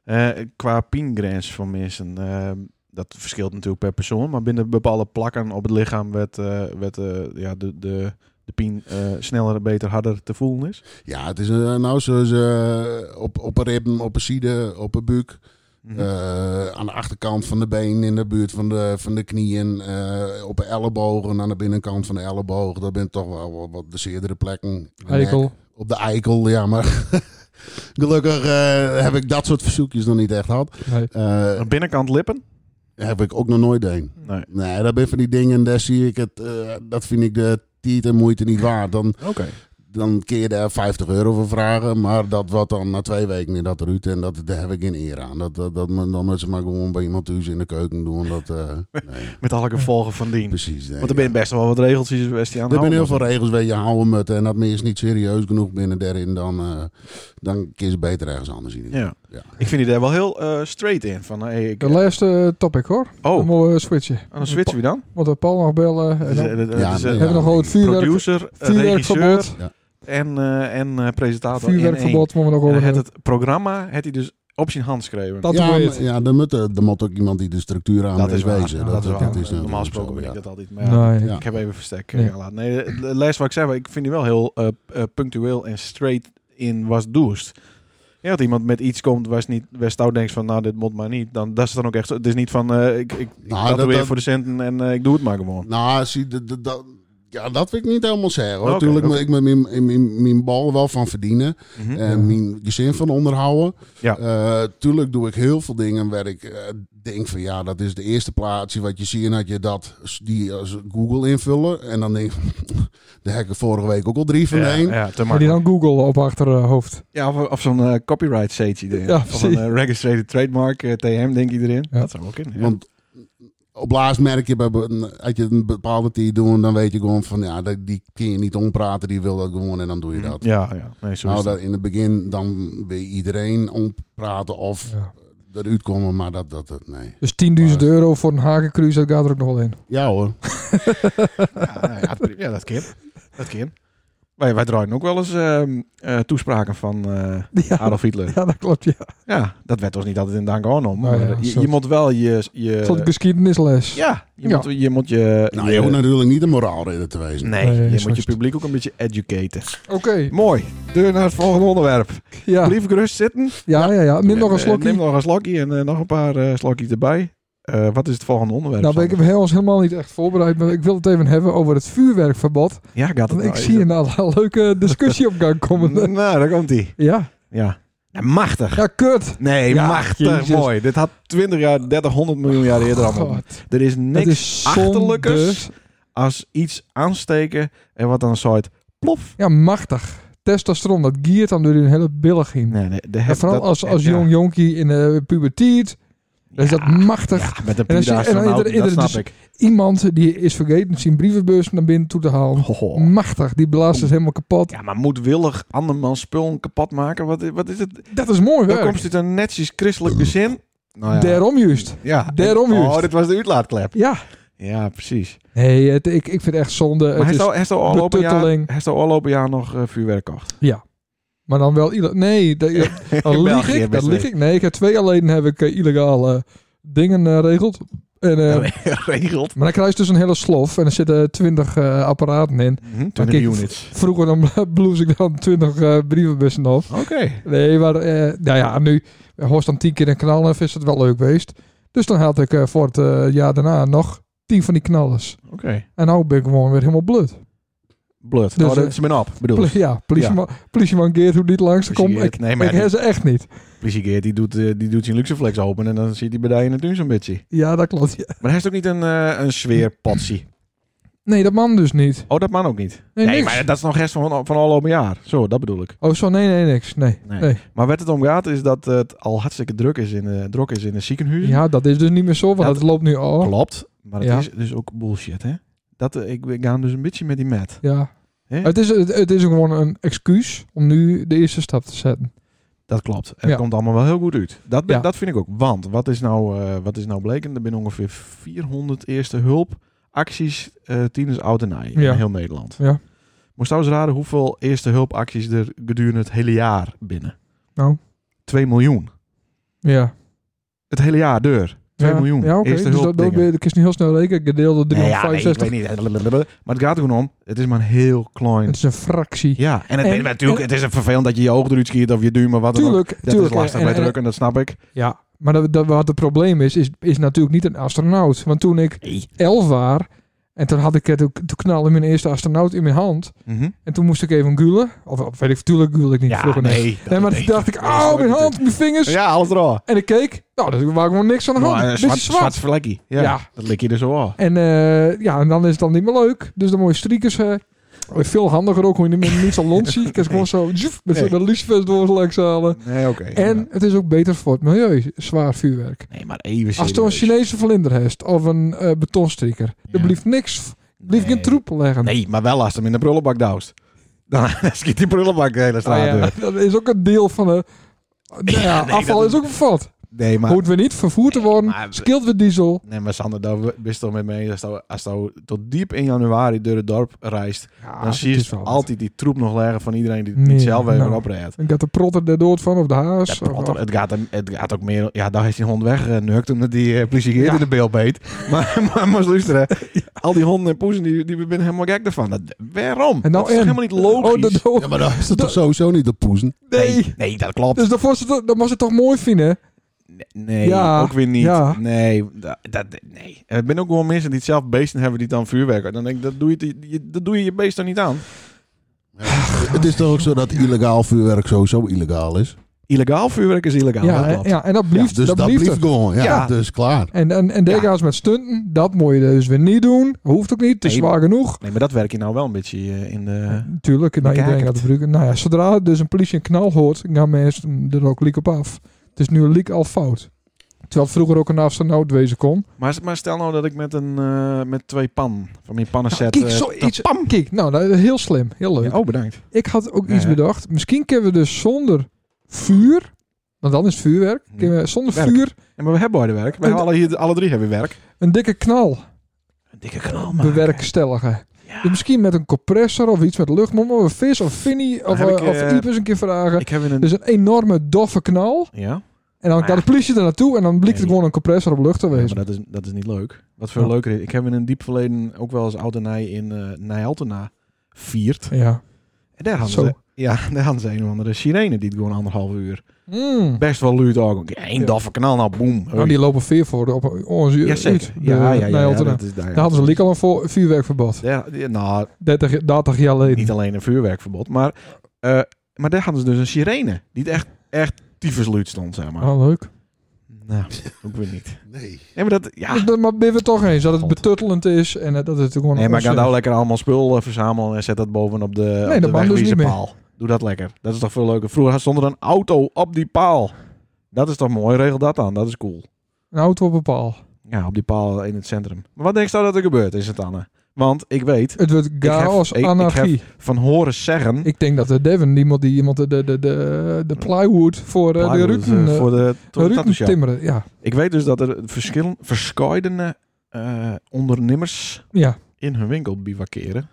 Eh, qua piengrens van mensen, eh, dat verschilt natuurlijk per persoon. Maar binnen bepaalde plakken op het lichaam werd, eh, werd eh, ja, de, de, de pien eh, sneller, beter, harder te voelen is. Ja, het is eh, nou zoals eh, op, op een rib, op een side, op een buik. Mhm. eh, aan de achterkant van de been, in de buurt van de, van de knieën. eh, op de ellebogen, aan de binnenkant van de elleboog. Dat zijn toch wel wat, wat de zeerdere plekken. De nek, Eikel. op de eikel, ja, maar... Gelukkig eh, heb ik dat soort verzoekjes nog niet echt gehad. Nee. Eh, Aan de binnenkant lippen? heb ik ook nog nooit een. Nee. Nee, dat ben van die dingen, daar zie ik het... eh, dat vind ik de tijd en moeite niet waard. Dan Oké. dan kun je daar 50 euro voor vragen. Maar dat wat dan na twee weken in dat ruut. En dat, daar heb ik geen eer aan. Dat, dat, dat men- dan moet ze maar gewoon bij iemand thuis in de keuken doen. Dat, eh, nee, Met alle gevolgen van dien. precies. nee, Want er zijn best wel wat regeltjes best die aan de er zijn hand heel zijn. veel regels bij je houden met. En dat men is niet serieus genoeg binnen daarin. Dan, eh dan kun je ze beter ergens anders zien. Ja. Ja. Ik vind die daar wel heel eh, straight in. Van, hey, ik, De laatste eh, topic hoor. Dan oh, moeten we switchen. dan switchen we dan. Want Paul nog bellen. En dan Eh, dat- dat Ja, is, nee, eh, ja. hebben we nog wel het vuurwerk, producer, eh, regisseur vuurwerkverbod. en, eh, en eh, presentator. in één. Vuurwerkverbod moeten we nog En over het, hebben. het programma had hij dus op zijn hand geschreven. Dat Ja, doe je maar- ja, dan moet, er- er moet ook iemand die de structuur aan is waar. wezen. Ja, dat, is waar. natuurlijk Normaal gesproken zo, ben ik ja. dat altijd. Maar ja, Nee. Ja. Ik heb even verstek Nee. nee. gelaten. Nee, het het laatste wat ik zei, maar ik vind die wel heel eh, eh, punctueel en straight in was doest. Ja, dat iemand met iets komt waar ze niet waar Stout denkt van, nou, dit moet maar niet. Dan, dat is dan ook echt, zo. het is niet van, eh, ik, ik, ik Nou, dat- tatoeëer dat- voor de centen en eh, ik doe het maar gewoon. Nou, zie, dat, dat, dat- ja, dat wil ik niet helemaal zeggen. hoor. Oké, Tuurlijk oké. moet ik met mijn, mijn, mijn, mijn bal wel van verdienen. Mhm. En mijn gezin van onderhouden. Ja. Eh, tuurlijk doe ik heel veel dingen waar ik eh, denk van ja, dat is de eerste plaats. Wat je ziet en dat je dat die als Google invullen. En dan denk ik, daar heb ik er vorige week ook al drie van ja, ja, heen. te Maar die dan makkelijk. Google op achterhoofd. Ja, of, of zo'n eh, copyright setje erin. Ja, of een precies. eh, registered trademark, eh, TM denk ik erin. Ja. Dat zou ook in. Want op laatst merk je, bij, be- als je een bepaalde die doet, dan weet je gewoon van ja, dat- die kun je niet ompraten. Die wil dat gewoon en dan doe je dat. Ja, ja. Nee, zo Nou, is het. dat in het begin dan weer iedereen om praten of Ja. eruit komen, maar dat, dat, dat, nee. Dus 10.000 euro voor een hakencruise, dat gaat er ook nog wel in. Ja hoor. Ja, nou ja, dat- ja, dat kan. Dat kan. Wij, wij draaien ook wel eens ehm, eh, toespraken van eh, Ja, Adolf Hitler. Ja. ja dat klopt. Ja. dat werd ons niet altijd in dank aan om. Nou ja, maar je, soort- je moet wel je... je Een soort geschiedenisles. ja, je, Eh, Ja. Moet, je moet je... Nou, je- je hoeft natuurlijk niet een moraalridder te wezen. Nee, Nee, je zo moet is je het. publiek ook een beetje educaten. Oké. Mooi. Deur naar het volgende onderwerp. Ja. Blijf gerust zitten. ja, ja, ja. Neem Ah. nog Eh, een slokje. Neem nog een slokje en eh, nog een paar eh, slokjes erbij. Eh, wat is het volgende onderwerp? Nou, ben ik Sander? we hebben ons helemaal niet echt voorbereid, maar ik wil het even hebben over het vuurwerkverbod. Ja, gaat het Want ik nou- zie een al- leuke discussie op gang komen. Nou, daar komt hij. Ja, Ja. Ja, Machtig. ja, kut. Nee, Ja, machtig jezus. mooi. Dit had 20 jaar, 30, 100 miljoen jaar eerder allemaal. God, Er is dat niks is achterlijkers zonde. als iets aansteken en wat dan soort plof. Ja, machtig. Testosteron, dat giert dan door een hele billig in. Nee, nee, de en hef- vooral dat- als, als ja. jong jonkie in de puberteit. Dan is Ja, dat machtig. Ja, met een En als je- piedaas en van dan nou, ieder- dat ieder- snap dus- ik. Iemand die is vergeten zijn brievenbus naar binnen toe te halen. Hoho. Machtig, die blaast het helemaal kapot. Oh. Ja, maar moedwillig andermans spullen kapot maken, wat, wat is het? Dat is mooi Dan werk. komt het een netjes christelijk gezin. Nou ja. Daarom juist. ja. daarom Oh, juist. dit was de uitlaatklep. Ja. Ja, precies. Nee, het, ik, ik vind het echt zonde. Maar het heeft is, al- heeft al afgelopen jaar- betutteling. heeft al afgelopen jaar nog eh, vuurwerk gekocht? maar dan wel... ille- Nee, dat, dat lieg In België ik. best Dat wel. lieg ik. Nee, ik heb twee jaar geleden heb ik eh, illegale dingen eh, geregeld. En, eh, Nou, Regelt. maar dan krijg je dus een hele slof en er zitten twintig eh, apparaten in. Maar 20 kijk, Mhm, units. Vroeger dan bloes ik dan twintig eh, brievenbussen op. Oké. Nee, maar eh, nou ja, nu Horst dan tien keer een knal heeft, is het wel leuk geweest. Dus dan had ik eh, voor het eh, jaar daarna nog tien van die knallers. Oké. En nou ben ik gewoon weer helemaal blut. Blood. Dus, oh, eh, dat is mijn op. Bedoel, Pl- ja, politieman policeman Geert, hoe die langs Politie komt. Geert, Ik, nee, nee, maar ik heb ze echt niet. Plissiegeert, die doet, eh, die doet zijn Luxeflex open en dan zit hij bij daar in het doen zo'n beetje. Ja, dat klopt. Ja. Maar hij is ook niet een, eh een sfeerpatsie. Nee, dat man dus niet. Oh, dat man ook niet. Nee, nee, niks. maar dat is nog rest van, van al op een jaar. Zo, dat bedoel ik. Oh, zo, nee, nee, niks. Nee, Nee. nee. Maar wat het om gaat is dat het al hartstikke druk is in, eh druk is in de ziekenhuizen. Ja, dat is dus niet meer zo, want Dat- het loopt nu al. Klopt. Maar het Ja. is dus ook bullshit, hè? Dat, eh, ik, ik ga hem dus een beetje met die mat. Ja. Hè? Het is, het, het is gewoon een excuus om nu de eerste stap te zetten. Dat klopt. En het Ja. komt allemaal wel heel goed uit. Dat, ben- Ja. dat vind ik ook. Want wat is nou, eh, wat is nou bleken? Er zijn ongeveer 400 eerste hulpacties eh tijdens oud en naai Ja. in heel Nederland. Ja. Moest nou eens raden hoeveel eerste hulpacties er gedurende het hele jaar binnen? Nou. 2 miljoen. Ja. Het hele jaar deur. 2 ja. miljoen. Ja, oké. Eerste Dus hulp dat, dat dingen. ben- dat is niet heel snel rekenen. Gedeeld door Nee, ja, nee, 365. ik weet niet. Maar het gaat er gewoon om. Het is maar een heel klein... Het is een fractie. Ja, en het, En- natuurlijk, en- het is een vervelend dat je je oog eruit schiet of je duim maar wat dan ook. tuurlijk, Dat tuurlijk. is lastig En- bij en- druk en dat snap ik. Ja, maar dat, dat, wat het probleem is, is, is natuurlijk niet een astronaut. Want toen ik Nee. elf was, en toen had ik het ook, toen knalde mijn eerste astronaut in mijn hand. Mhm. En toen moest ik even gulen. Of, of weet ik, tuurlijk gul ik niet. Ja, vroeger nee. Nee, maar toen dacht ik, auw, mijn hand, mijn vingers. Ja, alles eraan. En ik keek, nou, dat was gewoon niks aan de hand. Nou, eh, Beetje zwart, zwart. zwart vlekje. Ja, Ja. Dat lik je er zo af. En eh, ja, en dan is het dan niet meer leuk. Dus dan moet je striekers... eh, veel handiger ook, hoe je niet niet zo lont ziet. Ik kan gewoon zo zoef, met Nee. zo'n lucifers door langs halen. Nee, oké. En het is ook beter voor het milieu, zwaar vuurwerk. Nee, maar even Als je een Chinese vlinder hebt of een eh betonstreker, Ja. er blijft niks, blijft Nee. geen troep leggen. Nee, maar wel als hem in de prullenbak douwt. Dan schiet die prullenbak de hele Ah, straat ja, door. dat is ook een deel van de. Nou ja, nee, afval dat- is ook een vat. Nee, maar... Hoeft we niet vervoerd te worden, Nee, maar- scheelt weer diesel. Nee, maar Sander, daar wist toch met mee. Als je- Als je tot diep in januari door het dorp reist, Ja, dan zie het Ah, is je wel wat. altijd die troep nog liggen van iedereen die het Nee, niet zelf even nou. opreedt. Dan gaat de protter er dood van of de haas. Ja, of- want het, gaat, hem- het gaat ook meer... Ja, daar heeft die hond weggenukt omdat die eh politiegeer Ja. in de beeld beet. Maar, maar moest luisteren. Al die honden en poezen, die, die zijn helemaal gek ervan. Dat, waarom? en nou dat is en- toch helemaal niet logisch? Oh, dat, dat- Ja, maar dan is het dat- toch sowieso niet de poezen? nee. nee, nee, dat klopt. Dus dan was, het, dan was het toch mooi vinden? nee, Ja, ook weer niet. ja. Nee, dat, dat, nee. Er zijn ook wel mensen die het zelf beesten hebben die dan vuurwerken. Dan denk ik, dat doe je, te- je- dat doe je, je beest dan niet aan. het is toch ook zo dat illegaal vuurwerk sowieso illegaal is? Illegaal vuurwerk is illegaal. ja, dat en- klopt. ja, en dat blijft. dus dat, dat blijft blijft er. gewoon. Ja, Ja. dus klaar. En, en, en Ja. dega's met stunten, dat moet je dus weer niet doen. Hoeft ook niet, het is Nee. zwaar genoeg. Nee, maar dat werk je nou wel een beetje eh, in de... Tuurlijk, nou, bekijk iedereen het. gaat het gebruiken. Nou ja, zodra dus een politie een knal hoort, gaan mensen er ook liek op af. Het is nu een liek al fout. Terwijl het vroeger ook een astronaut wezen kon. Maar, maar stel nou dat ik met, een, eh, met twee pan van mijn pannen Nou, set... kijk, eh, zo dat- iets. Kijk, nou, dat is heel slim. Heel leuk. Ja, oh, bedankt. Ik had ook Ja, iets ja. bedacht. Misschien kunnen we dus zonder vuur, want dan is het vuurwerk, Hm. kunnen we zonder Werk. vuur Ja, maar we hebben beide werk. We En hebben alle, hier, alle drie hebben werk. een dikke knal Een dikke knal, bewerkstelligen. Ja. Dus misschien met een compressor of iets met lucht, maar of een vis of Finny of, heb eh, ik, of eh, Iep eens een keer vragen. Ik heb in een... Dus een enorme doffe knal. Ja? En dan gaat de politie er naartoe en dan blikt het Nee. gewoon een compressor op lucht te Ja, wezen. maar dat is, dat is niet leuk. Wat veel Oh. leuker is... Ik heb in een diep verleden ook wel eens Oudenij in eh Nijaltena vierd. Ja. En daar hadden Zo. ze... Ja, daar hadden ze een of andere sirene die het gewoon anderhalf uur. Best wel luid ook. Eén Ja. doffe knal, nou boem. Nou, die lopen veer voor de op onze ja, zeker. uit, de- Ja, ja, ja. naar ja, Altena. dat is daar. eh, Daar hadden ze lekker al een vo- vuurwerkverbod. Daar- ja, nou, 30, 30 jaar geleden. niet alleen een vuurwerkverbod, maar... eh, maar daar hadden ze dus een sirene. Die het echt, echt tyfus luid stond, zeg maar. Ah, leuk. Nou, ook weer niet. Nee. Nee, maar dat... Ja. Dus dat- maar ben je het toch eens dat het God. betuttelend is en eh, dat het gewoon Nee, maar ga onzin nou is. lekker allemaal spul eh, verzamelen en zet dat bovenop de, op de dat mag dus niet meer. wegwijzerpaal. Doe dat lekker. Dat is toch veel leuker. Vroeger stond er een auto op die paal. Dat is toch mooi. Regel dat aan. Dat is cool. eh, een auto op een paal. Ja, op die paal in het centrum. Maar wat denk je nou dat er gebeurt in Sint-Anne? Want ik weet Het wordt heb- chaos, ik- ik anarchie. Ik, van horen zeggen... denk dat de Devin, iemand die iemand de, de, de, de, de plywood voor eh, Plywood, de Ruiten, eh, eh, voor de, de tot de Ruiten tattoo shop. timmeren. Ja, Ik weet dus dat er verschillen, verscheidene eh, ondernemers ja. in hun winkel bivakeren.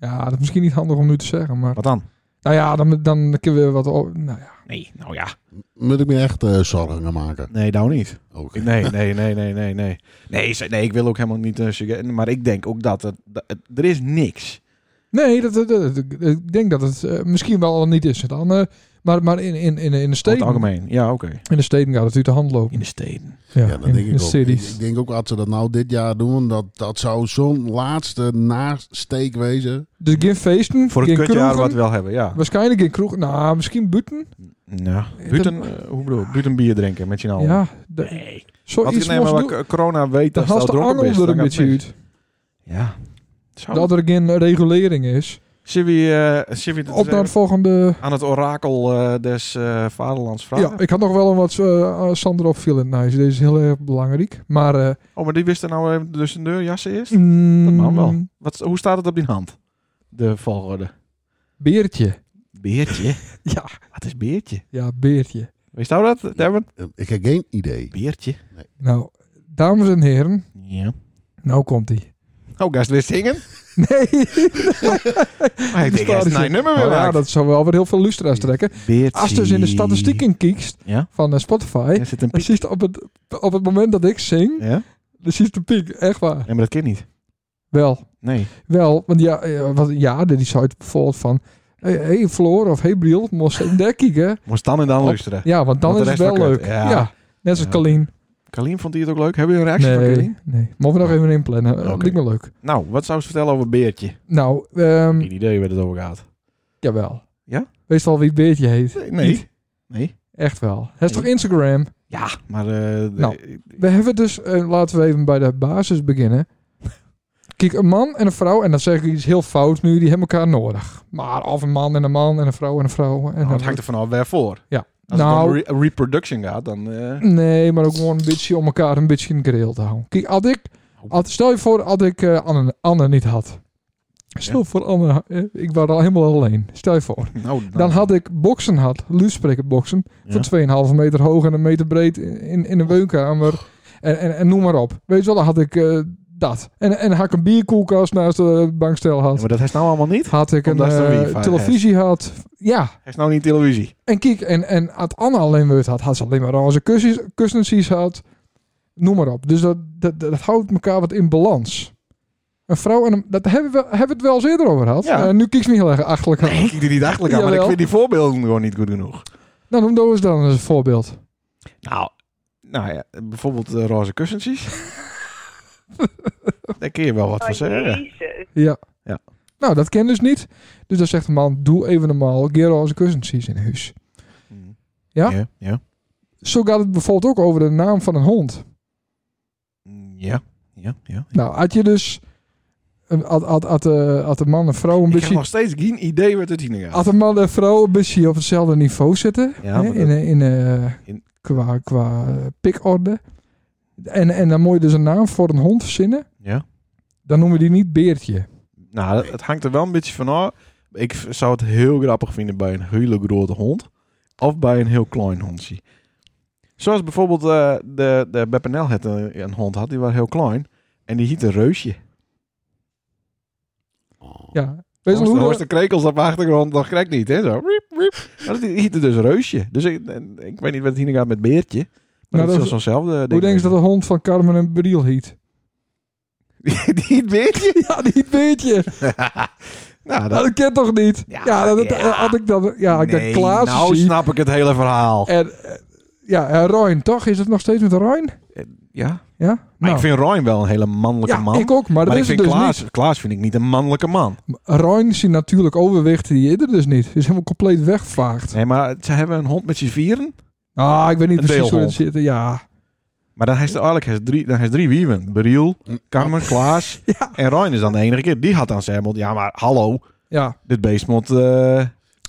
ja, dat is misschien niet handig om nu te zeggen, maar Wat dan? Nou ja, dan, dan kunnen we wat... o- Nou ja. Nee, nou ja. Moet ik me echt eh, zorgen gaan maken? Nee, nou niet. Oké. Nee, nee, nee, nee, nee, nee. Nee, ze- nee ik wil ook helemaal niet... eh, sugge- maar ik denk ook dat er... dat- er is niks. Nee, dat, dat- dat- ik denk dat het eh, misschien wel al niet is. Dan, eh, maar, maar in, in, in, in de In het steden... algemeen. Ja, oké. In de steden gaat het uit de hand lopen. In de steden. Ja, Ja, dat in, denk in ik ook. Ik, cities. ik denk ook dat ze dat nou dit jaar doen, dat, dat zou zo'n laatste nasteek wezen. Dus geen feesten, Voor het geen kutjaar kroegen. wat we wel hebben, ja. Waarschijnlijk in kroeg. Nou, misschien buiten. Nou, buiten, eh, hoe bedoel ik? Buiten bier drinken met je nou. Ja. De, Wat ik Zoiets neem moest maar doen. wat corona weet Dan dat haast dat de dronken bent. angel er dan een gaat beetje mis. uit. Ja. Zo. Dat er geen regulering is. Zullen we, eh, zullen we het Op naar het volgende... aan het orakel eh, des eh, vaderlands vragen? Ja, ik had nog wel een wat eh Sander opviel in het nice. Deze is heel erg belangrijk. Maar... eh, Oh, maar die wist er nou even dus een deurjas is? mm, Dat mag wel. Wat, hoe staat het op die hand? De volgorde. Beertje. Beertje? Ja. Wat is beertje? Ja, beertje. Weet je nou dat, Dermot? Eh, Ik heb geen idee. Beertje. Nou, dames en heren. Ja. Nou komt hij. Oh, gast weer zingen? Nee. Maar ik denk, staat gast, er. mijn nummer weer Nou ja, raakt. dat zou wel weer heel veel lustra's trekken. Beertje. Als je dus in de statistieken kijkt Ja? van eh, Spotify... Er zit een Dan piek. zie je op het, op het moment dat ik zing, Ja? dan zie je de piek. Echt waar. Nee, maar dat kan niet. Wel. Nee. Wel, want ja, eh, wat, ja die site bijvoorbeeld van... Hé hey, hey Floor of hey Briel, moest even daar kijken. Moest dan en dan Op- luisteren. Ja, want dan Want de is het rest wel wel leuk. kut. Ja. Ja. Net als Ja. Kalien. Kalien vond die het ook leuk? Hebben jullie een reactie van Nee, Kalien? nee. Mogen we nog even inplannen. Eh, Oké. Lijkt me leuk. Nou, wat zou ze vertellen over Beertje? Nou, ehm Geen idee waar het over gaat. jawel. Ja? Weet je wel wie het beertje heet? Niet? Nee. Echt wel. Het is toch Nee. Instagram? Ja, maar... eh, Nou. de- We hebben dus, eh, laten we even bij de basis beginnen. Kijk, een man en een vrouw, en dan zeg ik iets heel fout nu, die hebben elkaar nodig. Maar of een man en een man en een vrouw en een vrouw. En Nou, het een- hangt er vanaf waarvoor. Ja. Als Nou- het om re- reproduction gaat, dan... eh, Nee, maar ook gewoon een beetje om elkaar een beetje in greel te houden. Kijk, had ik, had, stel je voor had ik eh, Anne, Anne niet had. Stel Ja. voor Anne, eh, ik was al helemaal alleen. Stel je voor. nou, Dan had ik boksen had, luidsprekerboksen, Ja. van 2,5 meter hoog en een meter breed in, in een woonkamer. En, en, en noem maar op. Weet je wel, dan had ik eh, dat. En, en had ik een bierkoelkast naast de bankstel Ja, had. maar dat heeft nou allemaal niet. Had ik een Omdat ze eh, wifi televisie had. Ja, Hij is nou niet televisie. en kijk, en, en had Anne alleen maar het had, had ze alleen maar roze kussens, kussentjes had. Noem maar op. Dus dat, dat, dat, houdt elkaar wat in balans. Een vrouw en een... Dat hebben we, hebben we het wel eens eerder over gehad. Ja. Eh, nu kies ik niet heel erg achterlijk aan. Ik die niet eigenlijk aan, maar ik Jawel. vind die voorbeelden gewoon niet goed genoeg. Nou, noem dat eens dan als een voorbeeld. Nou, nou ja, bijvoorbeeld eh, roze kussentjes. Daar kun je wel wat van zeggen. Ja. Ja. Nou, dat ken dus niet. Dus dan zegt de man, doe even normaal. Geer roze kussentjes in huis. Ja? Ja, ja. Zo gaat het bijvoorbeeld ook over de naam van een hond. Ja, ja, ja. Nou, had je dus... Een, had, had, had, de- had de man en vrouw een Ik heb beetje... nog steeds geen idee wat het hier nou gaat. Als een man en vrouw een beetje op hetzelfde niveau zitten. Ja, hè, maar in, dat- eh, in, eh, In- Qua, qua eh, pikorde. En, en dan moet je dus een naam voor een hond verzinnen. Ja. Dan noemen we die niet Beertje. Nou, dat- het hangt er wel een beetje van af. Ik v- zou het heel grappig vinden bij een hele grote hond. Of bij een heel klein hondje. Zoals bijvoorbeeld eh, de, de Beppenel het een, een hond had. Die was heel klein. En die hiette Reusje. Ja. Weet je Als wel de, hoe als de krekels op de achtergrond, dan krijg ik niet. Hè? Zo, wiep, wiep. Maar die hiette dus Reusje. Dus ik, en- ik weet niet wat het hier gaat met Beertje. Maar Nou, dat dat- is wel zo'nzelfde ding. Hoe denk je dat de hond van Carmen en Briel heet? Die, die hiet Beertje? Ja, die Beertje. nou, Nou, dat... dat kent toch niet? Ja, Ja, dat, ja. had ik dan... Ja, ik Nee, dat Klaas nou zie. snap ik het hele verhaal. En, eh, ja, en Rijn, toch? Is het nog steeds met Rijn? Ja? Ja? Maar Nou. ik vind Ryan wel een hele mannelijke ja, man. ik ook, maar, Maar dat ik is het vind dus Klaas, Klaas vind ik niet een mannelijke man. niet. Rijn zien natuurlijk overwicht, die is er dus niet. Die is helemaal compleet weggevaagd. Nee, maar ze hebben een hond met z'n vieren. Ah, ik weet niet Een precies hoe het deelhond. zit. Ja, Maar dan heeft ze eigenlijk heeft drie, dan heeft drie wieven. Beriel, Carmen, Klaas Ja. en Ryan is dan de enige keer. Die had dan Samuel. Ja, maar hallo, ja. dit beest moet... eh,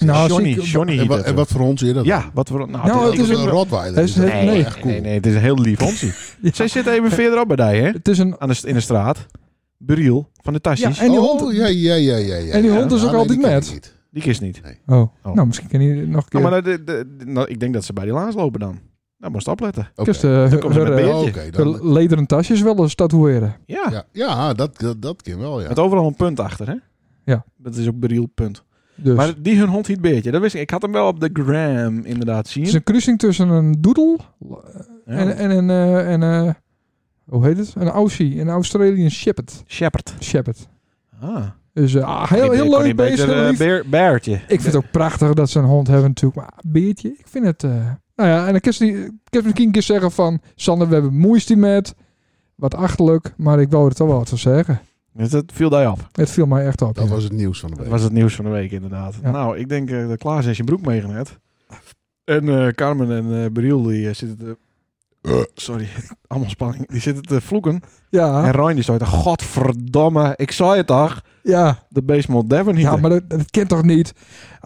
Nou, Johnny, zie ik- Johnny En, heet wa- dat. en wat voor ons is dat? Ja, wat voor... Nou, Nou, dit het is is een een- Rotweiler. het is- het- nee. echt cool. Nee, nee, het is een heel lief hondje. Ja. Zij zit even verderop bij die, hè? Het is een... Aan de, in de straat. Beriel van de tasjes. Ja, en- die oh, hond- ja, ja, ja, ja, ja. en die ja. hond is Ja, ook nee, altijd die ken met. ik niet. Die kist niet. Oh. Oh. nou misschien kan je nog een keer... Nou, maar de- de- de- nou, ik denk dat ze bij die laars lopen dan. Nou, moest opletten. Oké. Kust, eh, komt ze haar, met eh, beer. Oh, oké, dan- haar lederen tasjes wel eens tatoeëren. Ja. Ja, ja dat, dat, dat ken wel, ja. Met overal een punt achter, hè? Ja. Dat is ook Beriel punt. Dus. Maar die hun hond hiet beetje. Dat wist ik. Ik had hem wel op de gram inderdaad het is zien. een kruising tussen een doodle Ja. en, en een... eh, en, eh, hoe heet het? Een Aussie. Een Australian Shepherd. Shepherd. Shepherd. Ah. Dus eh, ah, heel, Ik- ik heel kon leuk niet beest. beter, heel eh, lief. beer- beertje. Ik vind het ook prachtig dat ze een hond hebben natuurlijk. Maar een beertje, ik vind het... eh, nou ja, en dan kun je, die- kun je misschien een keer zeggen van... Sander, we hebben moeite met. Wat achterlijk, maar ik wou er toch wel wat van zeggen. Dus dat viel daar op. Het viel mij echt op. Dat ja. was het nieuws van de Dat week. was het nieuws van de week inderdaad. Ja. Nou, ik denk eh, dat Klaas is je broek meegenet. En eh, Carmen en eh Briel die eh, zitten te... Eh. sorry, allemaal spanning. Die zitten te vloeken. En ja, Ryan die zei, godverdomme, ik zei het toch. ja, De Basement Devon hier. ja, maar dat, dat kent toch niet?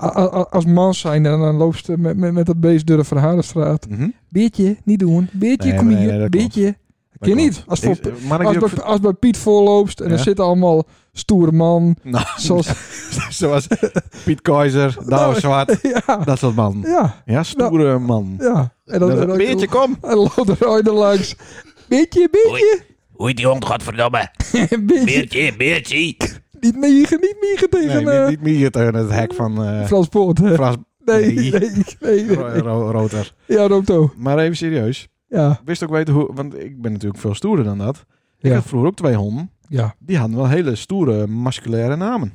A- a- a- Als man zijn, dan, dan loop je met, met, met dat beest door de Verharenstraat. Mhm. Beertje, niet doen. Beertje, Nee, kom nee, hier. nee, dat klopt. beertje. Dat Dat ken je klopt. niet. Als Ik- eh, voor... maar ik Als heb- bij, als bij Piet voorloopt en Ja. er zitten allemaal stoere man, Nou, zoals... zoals Piet Keizer, Douwe Nou, Zwart, ja, dat soort man. ja, Ja, stoere man. ja. En Nou, dan- en dan- Beetje, kom. En loopt er ooit langs. Beetje, beetje. Hoe heet die hond, godverdomme? beetje. Beertje, beertje. Niet miegen, niet miegen tegen Nee, eh, niet, niet meer tegen het hek van eh Frans Poort. hè. Frans nee, nee. nee, nee. nee. Ro- Ro- Roter. Ja, Roto. Maar even serieus. Ja, Wist ook weten hoe... Want ik ben natuurlijk veel stoerder dan dat. Ik Ja. had vroeger ook twee honden. ja. Die hadden wel hele stoere, masculaire namen.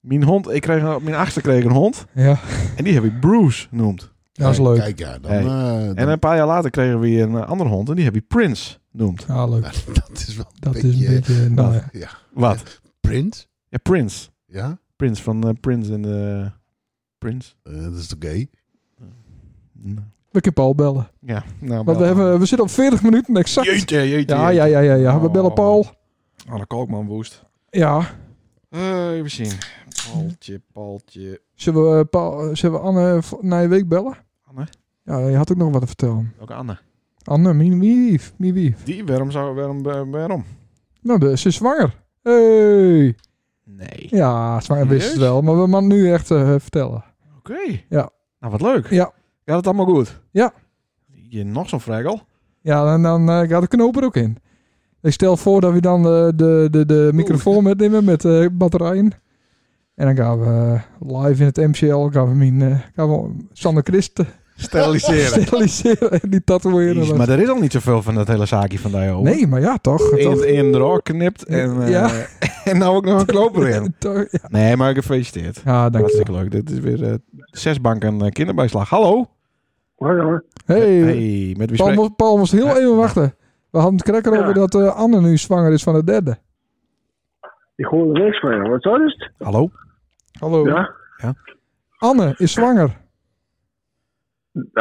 Mijn hond... Ik kreeg, een- op mijn achtste kreeg ik een hond. Ja, En die heb ik Bruce genoemd. dat is Kijk, leuk. Kijk, ja, dan, Hey. eh, dan- En een paar jaar later kregen we weer een eh, andere hond. En die heb ik Prince genoemd. Ja, leuk. dat is wel Dat een is een beetje... beetje... Nou, ja. Wat? Print? Ja, Prince. Ja? Prince van eh, Prince en de... Prince? Eh, dat is toch gay? We kunnen Paul bellen. Ja, nou... Want we, hebben, we zitten op 40 minuten exact. Jeetje, jeetje, jeetje. Ja, ja, ja, ja. ja. We Oh. bellen Paul. Anne Kalkman woest. Ja. Eh, even zien. Paltje, paltje. Zullen we, eh, Paul, eh, zullen we Anne v- na je week bellen? Anne? Ja, je had ook nog wat te vertellen. Ook Anne. Anne, mie mie wief, mie wief. Die, waarom zou, waarom, eh, waarom? Nou, de- ze is zwanger. Hey. Nee. Ja, zwanger wist het Serieus? wel. Maar we moeten nu echt eh, vertellen. Oké. Ja. Nou, wat leuk. Ja. Gaat het allemaal goed? Ja. Je nog zo'n vrijgal? Ja, en dan eh, gaat de knoop er ook in. Ik stel voor dat we dan eh, de, de, de microfoon metnemen met eh, batterijen. En dan gaan we eh, live in het MCL, gaan we, mijn, eh, gaan we Sander Christ eh, Steriliseren. steriliseren en die tatoeëren. Jezus, maar er is al niet zoveel van dat hele zaakje van daar, joh. nee, maar ja, toch. In, toch, in de rok knipt en, eh, Ja. en nou ook nog een kloper in. toch- ja. Nee, maar gefeliciteerd. ja, dank je. Hartstikke leuk. Dit is weer eh, zes banken eh, kinderbijslag. Hallo. Hey, Hey, Eh, met wie Paul, spreek moest, Paul moest heel Ja. even wachten. We hadden het cracker over dat eh, Anne nu zwanger is van de derde. Ik hoor er niks van, joh. Wat is het? Hallo. Hallo. Ja? Anne is zwanger.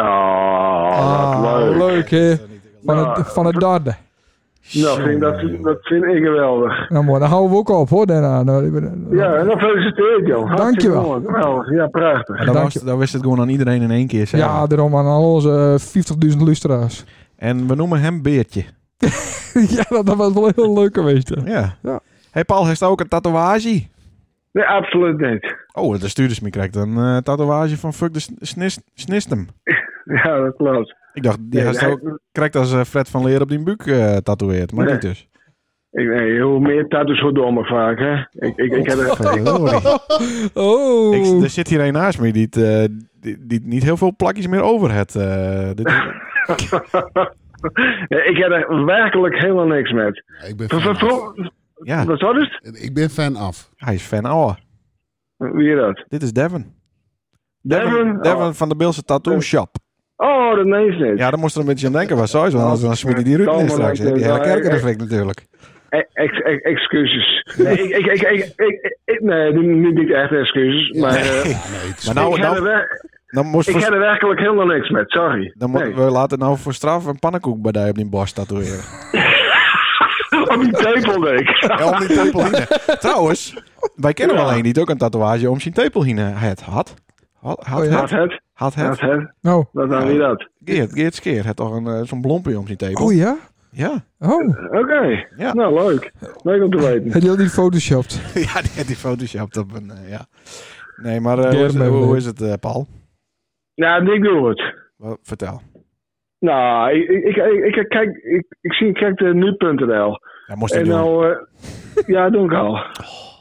Ah, wat leuk. leuk hè. Van, Nou. het, van het derde. Nou, vind ik dat, dat vind ik geweldig. Nou, mooi, dan houden we ook op hoor daarna. Nou, Ja, en dan feliciteer ik jou. Hartstikke Dankjewel. mooi. Nou, ja, prachtig. En dan, Dank was, je. dan wist het gewoon aan iedereen in één keer. zeg. Ja, daarom aan al onze eh, 50.000 lustra's. En we noemen hem Beertje. ja, dat, dat was wel heel leuk geweest. hè. Ja. Ja. Hey Paul, heeft hij ook een tatoeage? Nee, absoluut niet. Oh, de stuurdersmie krijgt een eh, tatoeage van fuck de sn- snis- snistem. Ja, dat klopt. Ik dacht, die Nee, heeft hij- ook, krijgt als eh, Fred van Leer op die buik eh tatoeëert. Maar Nee. niet dus. Ik, nee, hoe meer tattoos, hoe dommer vaak, hè. Ik, ik, ik heb er... Oh. Ik, er zit hier een naast me die, het, eh, die, die niet heel veel plakjes meer over het. eh, dit is- Nee, ik heb er werkelijk helemaal niks met. Ja, ik, ben Van- fan van- af. van- ja, Wat was het? ik ben fan af. hij is fan. Oh, Wie dat? dit is Devin. Devon? Devin van de Beelse Tattoo Shop. Oh, dat neemt niet. Ja, daar moest er een beetje aan denken. Wat zou je want anders dan smiet hij die Ruud in straks. hè. Die hele kerkereffect natuurlijk. Eh, ex- ex- excuses. Nee, ik, ik, ik, ik, ik- ik- nee niet, niet echt excuses, maar... eh, Nee, het is- Maar nou, ik, heb er nou, wer- dan moest ik voor- heb er werkelijk helemaal niks met, sorry. Dan moeten Nee. we laten nou voor straf een pannenkoek bij die op die borst tatoeëren. Op Oh, die tepeldeek. Ja, om die tepelhine. Trouwens, wij kennen wel een die het ook een tatoeage om zijn tepelhine het had. Had, had, Oh ja. Dat het, het, had dat het. het, Nou. dat dan wie dat. Geert, Geert Skeer had toch een, eh, zo'n blompje om zijn tepel. Oh ja? Ja. Oh. Oké, Ja. nou leuk. Leuk om te weten. Hij had die photoshopt. ja, die had die photoshopt op een, eh, ja. Nee, maar eh, Geert hoe, is het, mee hoe- hoe mee. is het, eh, Paul? Nou, ik doe het. Wel, vertel. Nou, ik, ik, ik, ik, ik- kijk, ik, ik zie, kijk de nu.nl. Dat moest hij En doen. nou, eh, ja, doe ik al. Oh.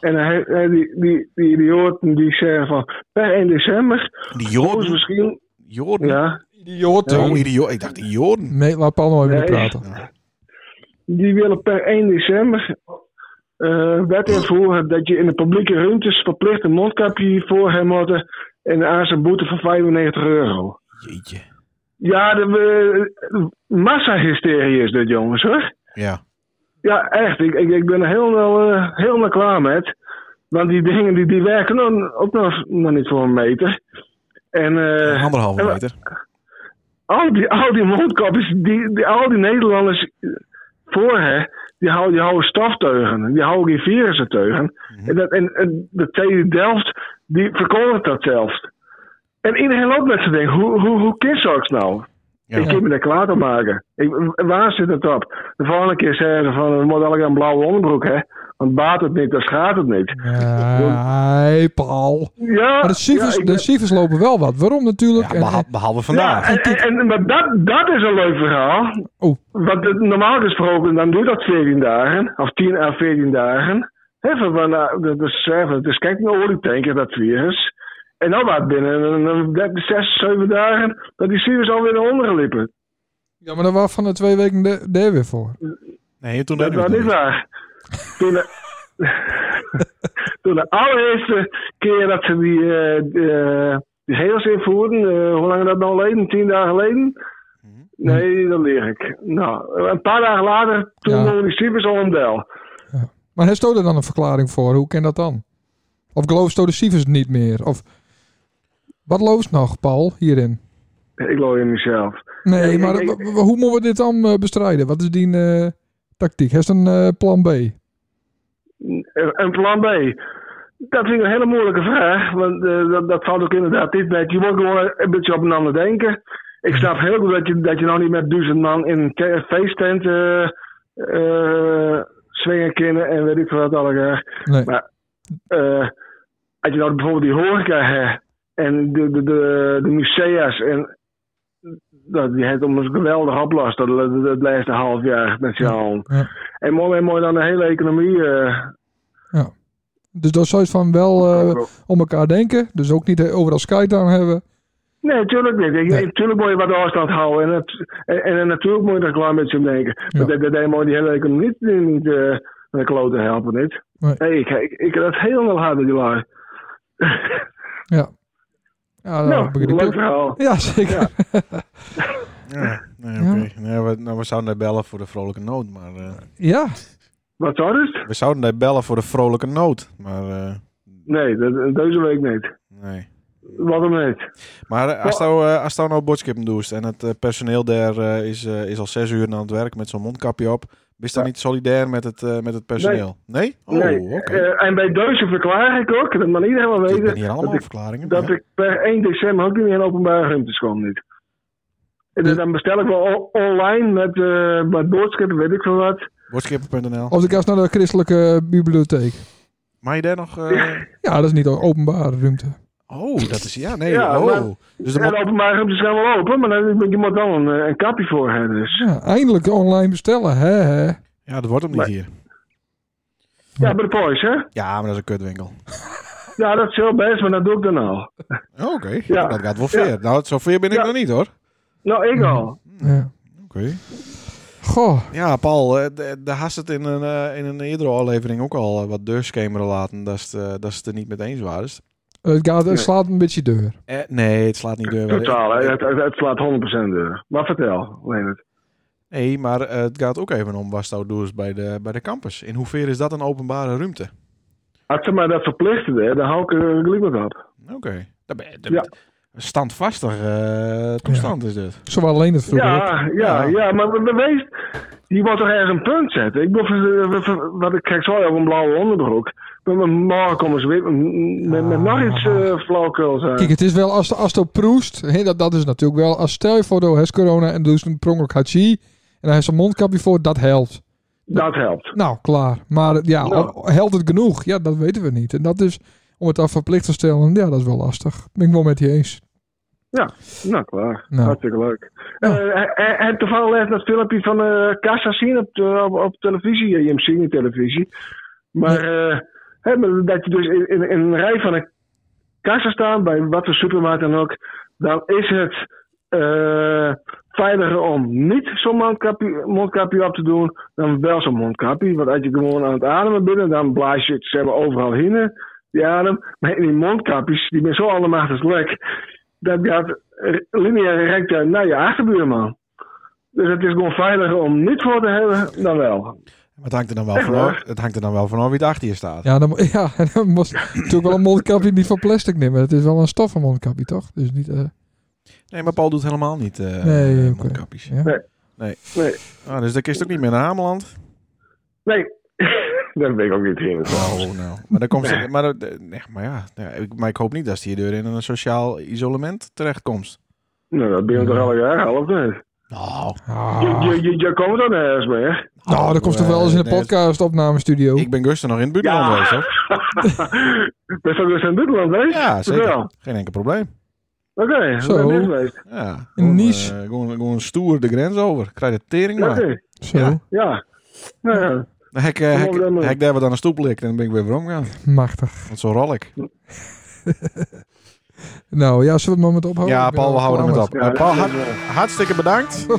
En hij, hij- die, die, die idioten die zeggen van, per 1 december, die dus Jorden. misschien, Jorden. ja, Idioten. Oh, die Jo- Ik dacht die Jorden. Nee, laat Paul nog even Nee. praten. die willen per 1 december eh wet invoeren dat je in de publieke ruimtes verplicht een mondkapje voor hem moet en aan zijn boete van 95 euro. Jeetje. Ja, de, eh, massahysterie is dit, jongens, hoor. Ja. Ja, echt. Ik, ik, ik ben er heel nou, eh, heel nou klaar met. Want die dingen die, die werken dan ook nog, nog niet voor een meter. En eh, Anderhalve en we- meter. al, die, al die mondkapjes, die, die, al die Nederlanders eh, voor hè, die houden, die houden stafteugen. Die houden geen virussen teugen. Mhm. En, dat, en, en de tweede Delft, die verkondigt dat zelfs. En iedereen loopt met zijn ding. Hoe, hoe, hoe kiss ik nou? Ja. Ik kan me daar klaar te maken. Ik, waar zit het op? De volgende keer zeggen ze van, we moeten allemaal een blauwe onderbroek, hè? Want baat het niet, dan schaadt het niet. Nee, Paul. Ja, Maar de cijfers, ja, ik- de cijfers lopen wel wat. Waarom natuurlijk? Ja, beha- behalve ja, vandaag. en, en, en- maar dat, dat is een leuk verhaal. Oh. Want het- normaal gesproken, dan doet dat 14 dagen, of 10 à 14 dagen. Even, van, nou, dat is, even, het is kijk naar olietanker, dat virus. En dan wat binnen een- een 6, 7 dagen, dat die virus alweer naar onderen liepen. ja, maar daar was van de twee weken de- daar weer voor. Nee, toen Dat, deden we dat het is nog niet. waar. Toen de, toen de allereerste keer dat ze die, eh eh, die heels invoerden, eh, hoe lang dat nou geleden? Tien dagen geleden? Mhm. Nee, dat leer ik. Nou, een paar dagen later, toen Ja. noemden die Sievers al een del. Maar heeft Sto er dan een verklaring voor? Hoe kan dat dan? Of gelooft Sto de cijfers niet meer? Of wat loopt nog, Paul, hierin? Ik looi in mezelf. Nee, ik- maar ik- w- w- hoe moeten we dit dan eh, bestrijden? Wat is die eh, tactiek? Heeft een eh, plan B? Eh, Een plan B. Dat vind ik een hele moeilijke vraag, want eh, dat, dat valt ook inderdaad dit bij. Je moet gewoon een beetje op een ander denken. Ik snap heel goed dat je, dat je nou niet met duizend man in een ke- feesttent eh eh, swingen kunnen en weet ik veel wat allemaal. Nee. Maar- Eh, als je nou bijvoorbeeld die horeca hebt en de, de, de, de musea's en dat, die heeft om een geweldig oplast dat, dat, dat laatste half jaar met z'n allen. Ja. En mooi, en mooi dan de hele economie eh, Dus dat zou je van wel eh, om elkaar denken. Dus ook niet eh, overal skite aan hebben. Nee, natuurlijk niet. Ik, Nee. Natuurlijk moet je wat afstand houden. En, het, en, en natuurlijk moet je er een klein beetje om denken. Ja. Maar dat, dat, dat moet die hele economie niet, niet eh, met de kloten helpen, niet? Nee. Hey, ik, ik, ik dat helemaal harder, die lui. Ja. Ja, dat nou, begrijp Ah, ik leuk ook. verhaal. Ja, zeker. Ja. Nee, Ja. oké. Nee, we, nou, we zouden daar bellen voor de vrolijke nood. Maar, eh, Ja. Wat zou het? we zouden daar bellen voor de vrolijke nood. Maar eh, Nee, dat, deze week niet. nee. Wat dan niet. Maar eh, als nou, eh, als nou nou bordskippen doet en het eh, personeel daar eh, is, eh, is al zes uur aan het werk met zo'n mondkapje op, ben je dan niet solidair met het, eh, met het personeel? Nee? Oh, nee. oké. Eh, en bij deze verklaar ik ook, dat mag niet helemaal ik ben weten, hier allemaal eh, dat ik- verklaringen. dat ja. ik per 1 december ook niet meer in openbare ruimtes kom. Niet. En Ja. dan bestel ik wel on- online met, eh met boodschappen, weet ik veel wat. Bordskippen.nl. Of ik ga naar de christelijke bibliotheek. Mag je daar nog... eh, Ja, dat is niet o- openbare ruimte. Oh, dat is... Ja, nee. Ja, oh. maar- dus dan Ja, moet- de openbare ruimtes gaan wel open, maar dan, je moet wel een, eh, een kapje voor hebben. Dus. Ja, eindelijk online bestellen. Hè, hè. ja, dat wordt hem niet Maar- hier. Ja, bij de boys, hè? Ja, maar dat is een kutwinkel. Ja, dat is heel best, maar dat doe ik dan al. Oh, Oké, Nou, dat gaat wel ver. Nou, zo ver ben ik Ja. nog niet hoor. Nou, ik al. Ja. Oké. Goh. Ja, Paul, eh, d- daar had het in een, eh, in een eerdere aflevering ook al eh, wat deurschemeren laten dat ze het, eh, dat ze het er niet mee eens waren. Het, gaat, het slaat een beetje deur. Eh, nee, het slaat niet deur. Totaal, hè? Eh, Het, het, het slaat 100% deur. Maar vertel, Leonard. Nee, maar eh, het gaat ook even om wat zou doen bij de, bij de campus. In hoeverre is dat een openbare ruimte? Als ze maar dat verplichten, hè, dan hou ik er gelijk wat op. Oké. Dat ben- dat- Ja. Een standvastig eh, toestand is dit. Zowel alleen het vroeger. ook. Ja, ja, ja, maar we- we wees, je moet toch ergens een punt zetten. Ik bedoel, eh, wat ik krijg zo op een blauwe onderbroek. Maar morgen komen ze weer met, met, met nog iets eh flauwkuls aan. Kijk, het is wel als, als dat proest. Hè, dat, dat is natuurlijk wel. Als stel je voor, door heeft corona en doet een prongelijk hachi. En hij heeft zijn mondkapje voor, dat helpt. Dat helpt. Nou, klaar. Maar eh, ja, Nou. o- helpt het genoeg? Ja, dat weten we niet. En dat is, om het dan verplicht te stellen, ja, dat is wel lastig. Ben ik wel met je eens. Ja, nou klaar. Nou. Hartstikke leuk. Ja. Eh, en- en, en toevallig laatst dat filmpje van eh Kassa zien op, de- op, op televisie. Eh, Je hem zien op televisie. Maar, eh, hè, maar dat je dus in, in, in een rij van een kassa staat, bij wat voor supermarkt dan ook, dan is het eh, veiliger om niet zo'n mondkapje, mondkapje op te doen dan wel zo'n mondkapje. Want als je gewoon aan het ademen bent, dan blaas je het ze hebben overal heen, die adem. Maar in die mondkapjes, die zijn zo allemachtig lek dat gaat r- lineair recht uit naar je achterbuurman. Dus het is gewoon veiliger om niet voor te hebben dan wel. Maar het hangt er dan wel vanaf, het hangt er dan wel vanaf wie het achter je staat. Ja, dan, mo- ja, dan moest natuurlijk wel een mondkapje niet van plastic nemen. Het is wel een stoffen mondkapje, toch? Dus niet... eh, Nee, maar Paul doet helemaal niet eh Nee, eh, oké. mondkapjes. ja. Nee. Nee, Ah, dus dat kist ook niet meer naar Ameland. nee. Daar ben ik ook niet in. Oh, nou. Maar, dan komt ze, maar, dat- nee, maar ja, ja, ik, maar ik hoop niet dat ze hierdoor in een sociaal isolement terechtkomt. Nou, dat ben je toch al een jaar, half net. Nou, Ah. Je, je, je, je komt dan ergens mee, hè? Nou, dat komt toch wel eens in de podcastopnamestudio. Ik ben Gusten nog in het buitenland Ja. geweest, hoor. Ben je ook dus in Nederland, hè? Ja, Wel. zeker. Geen enkel probleem. Oké, Zo. dat ben ik geweest. Ja, In gewoon, Nice. eh, gewoon, gewoon stoer de grens over. Krijg je de tering Oké, maar. Zo, Ja. ja. Nou ja, Dan hek, eh, hek, Kom op dan, man. hek daar wat aan de stoep ligt en dan ben ik weer weer omgaan. machtig. Want zo rol ik. Nou, ja, zullen we het maar met ophouden? Ja, Ik ben Paul, we al houden het op. veranderd. Eh, Paul, hart- hartstikke bedankt Yay.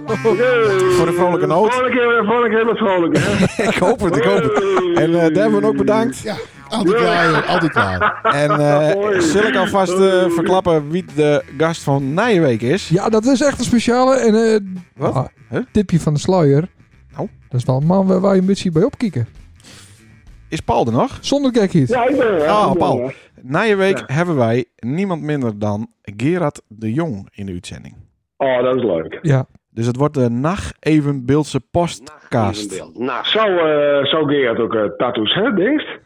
voor de vrolijke noot. Volgende keer, volgende keer wat vrolijker, hè? ik hoop het, ik hoop het. En eh Devon ook bedankt. Ja, altijd klaar, joh, altijd klaar. En eh, Hoi. zal ik alvast eh, verklappen wie de gast van Nijenweek is? Ja, dat is echt een speciale. En eh Wat? ah, Huh? tipje van de sluier. Nou? Dat is wel een man waar, waar je een beetje bij opkieken. Is Paul er nog? Zonder kijk iets. Ja, ik ben er. Ah, ik ben Paul. er. Nijenweek hebben wij niemand minder dan Gerard de Jong in de uitzending. Oh, dat is leuk. Ja. Dus het wordt de Nacht Even Beeldse Postcast. Evenbeeld. Nacht. Zo, eh zo Gerard ook eh, tattoos, hè, denkst?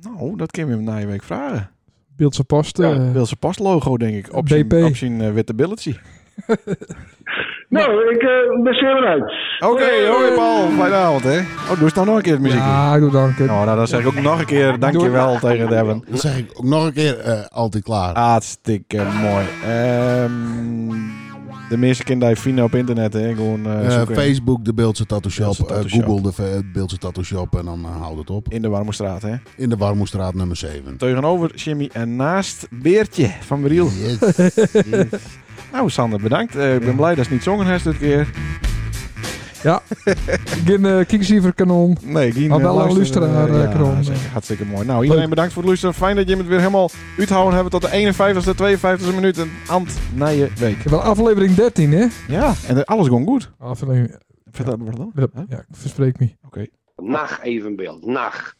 Nou, dat kunnen we hem Nijenweek vragen. Beeldse post. eh, Beeldse Postlogo, denk ik. Op zijn, BP. op zijn eh, witte billetje. Nou, ik eh ben zeer uit. Oké, hoi Paul. Fijne avond, hè. Oh, doe eens nou nog een keer het muziekje. ja, Ah, doe dank het. Nou, nou, dan zeg ik ook nog een keer dankjewel tegen Devin. Dan zeg ik ook nog een keer, eh, altijd klaar. Ah, Hartstikke mooi. Ehm, de meeste kinderen die vinden op internet, hè. Gewoon eh, Eh, zoeken Facebook, de Beeldse Tattoo Shop. Beeldse Tattoo eh, Shop. Google de Ve- Beeldse Tattoo Shop en dan eh, houdt het op. in de Warmoestraat, hè. In de Warmoestraat nummer 7. Tegenover Jimmy en naast Beertje van Briel. Yes. yes. Nou, Sander, bedankt. Eh, ik ben blij dat ze niet zongen heeft dit keer. Ja. Geen eh kieksiever kanon. Nee, geen Maar eh, wel een luisteren, luisteraar, eh, eh, ja, Kron. zeker. Hartstikke mooi. Nou, iedereen Leuk. bedankt voor het luisteren. Fijn dat je het weer helemaal uithouden hebben tot de 51ste, 52ste minuut. En ant na je week. Ik heb wel aflevering 13, hè? Ja, en alles gewoon goed. Aflevering... Vertel me dan. Ja, ik verspreek me. Nacht evenbeeld. Nacht.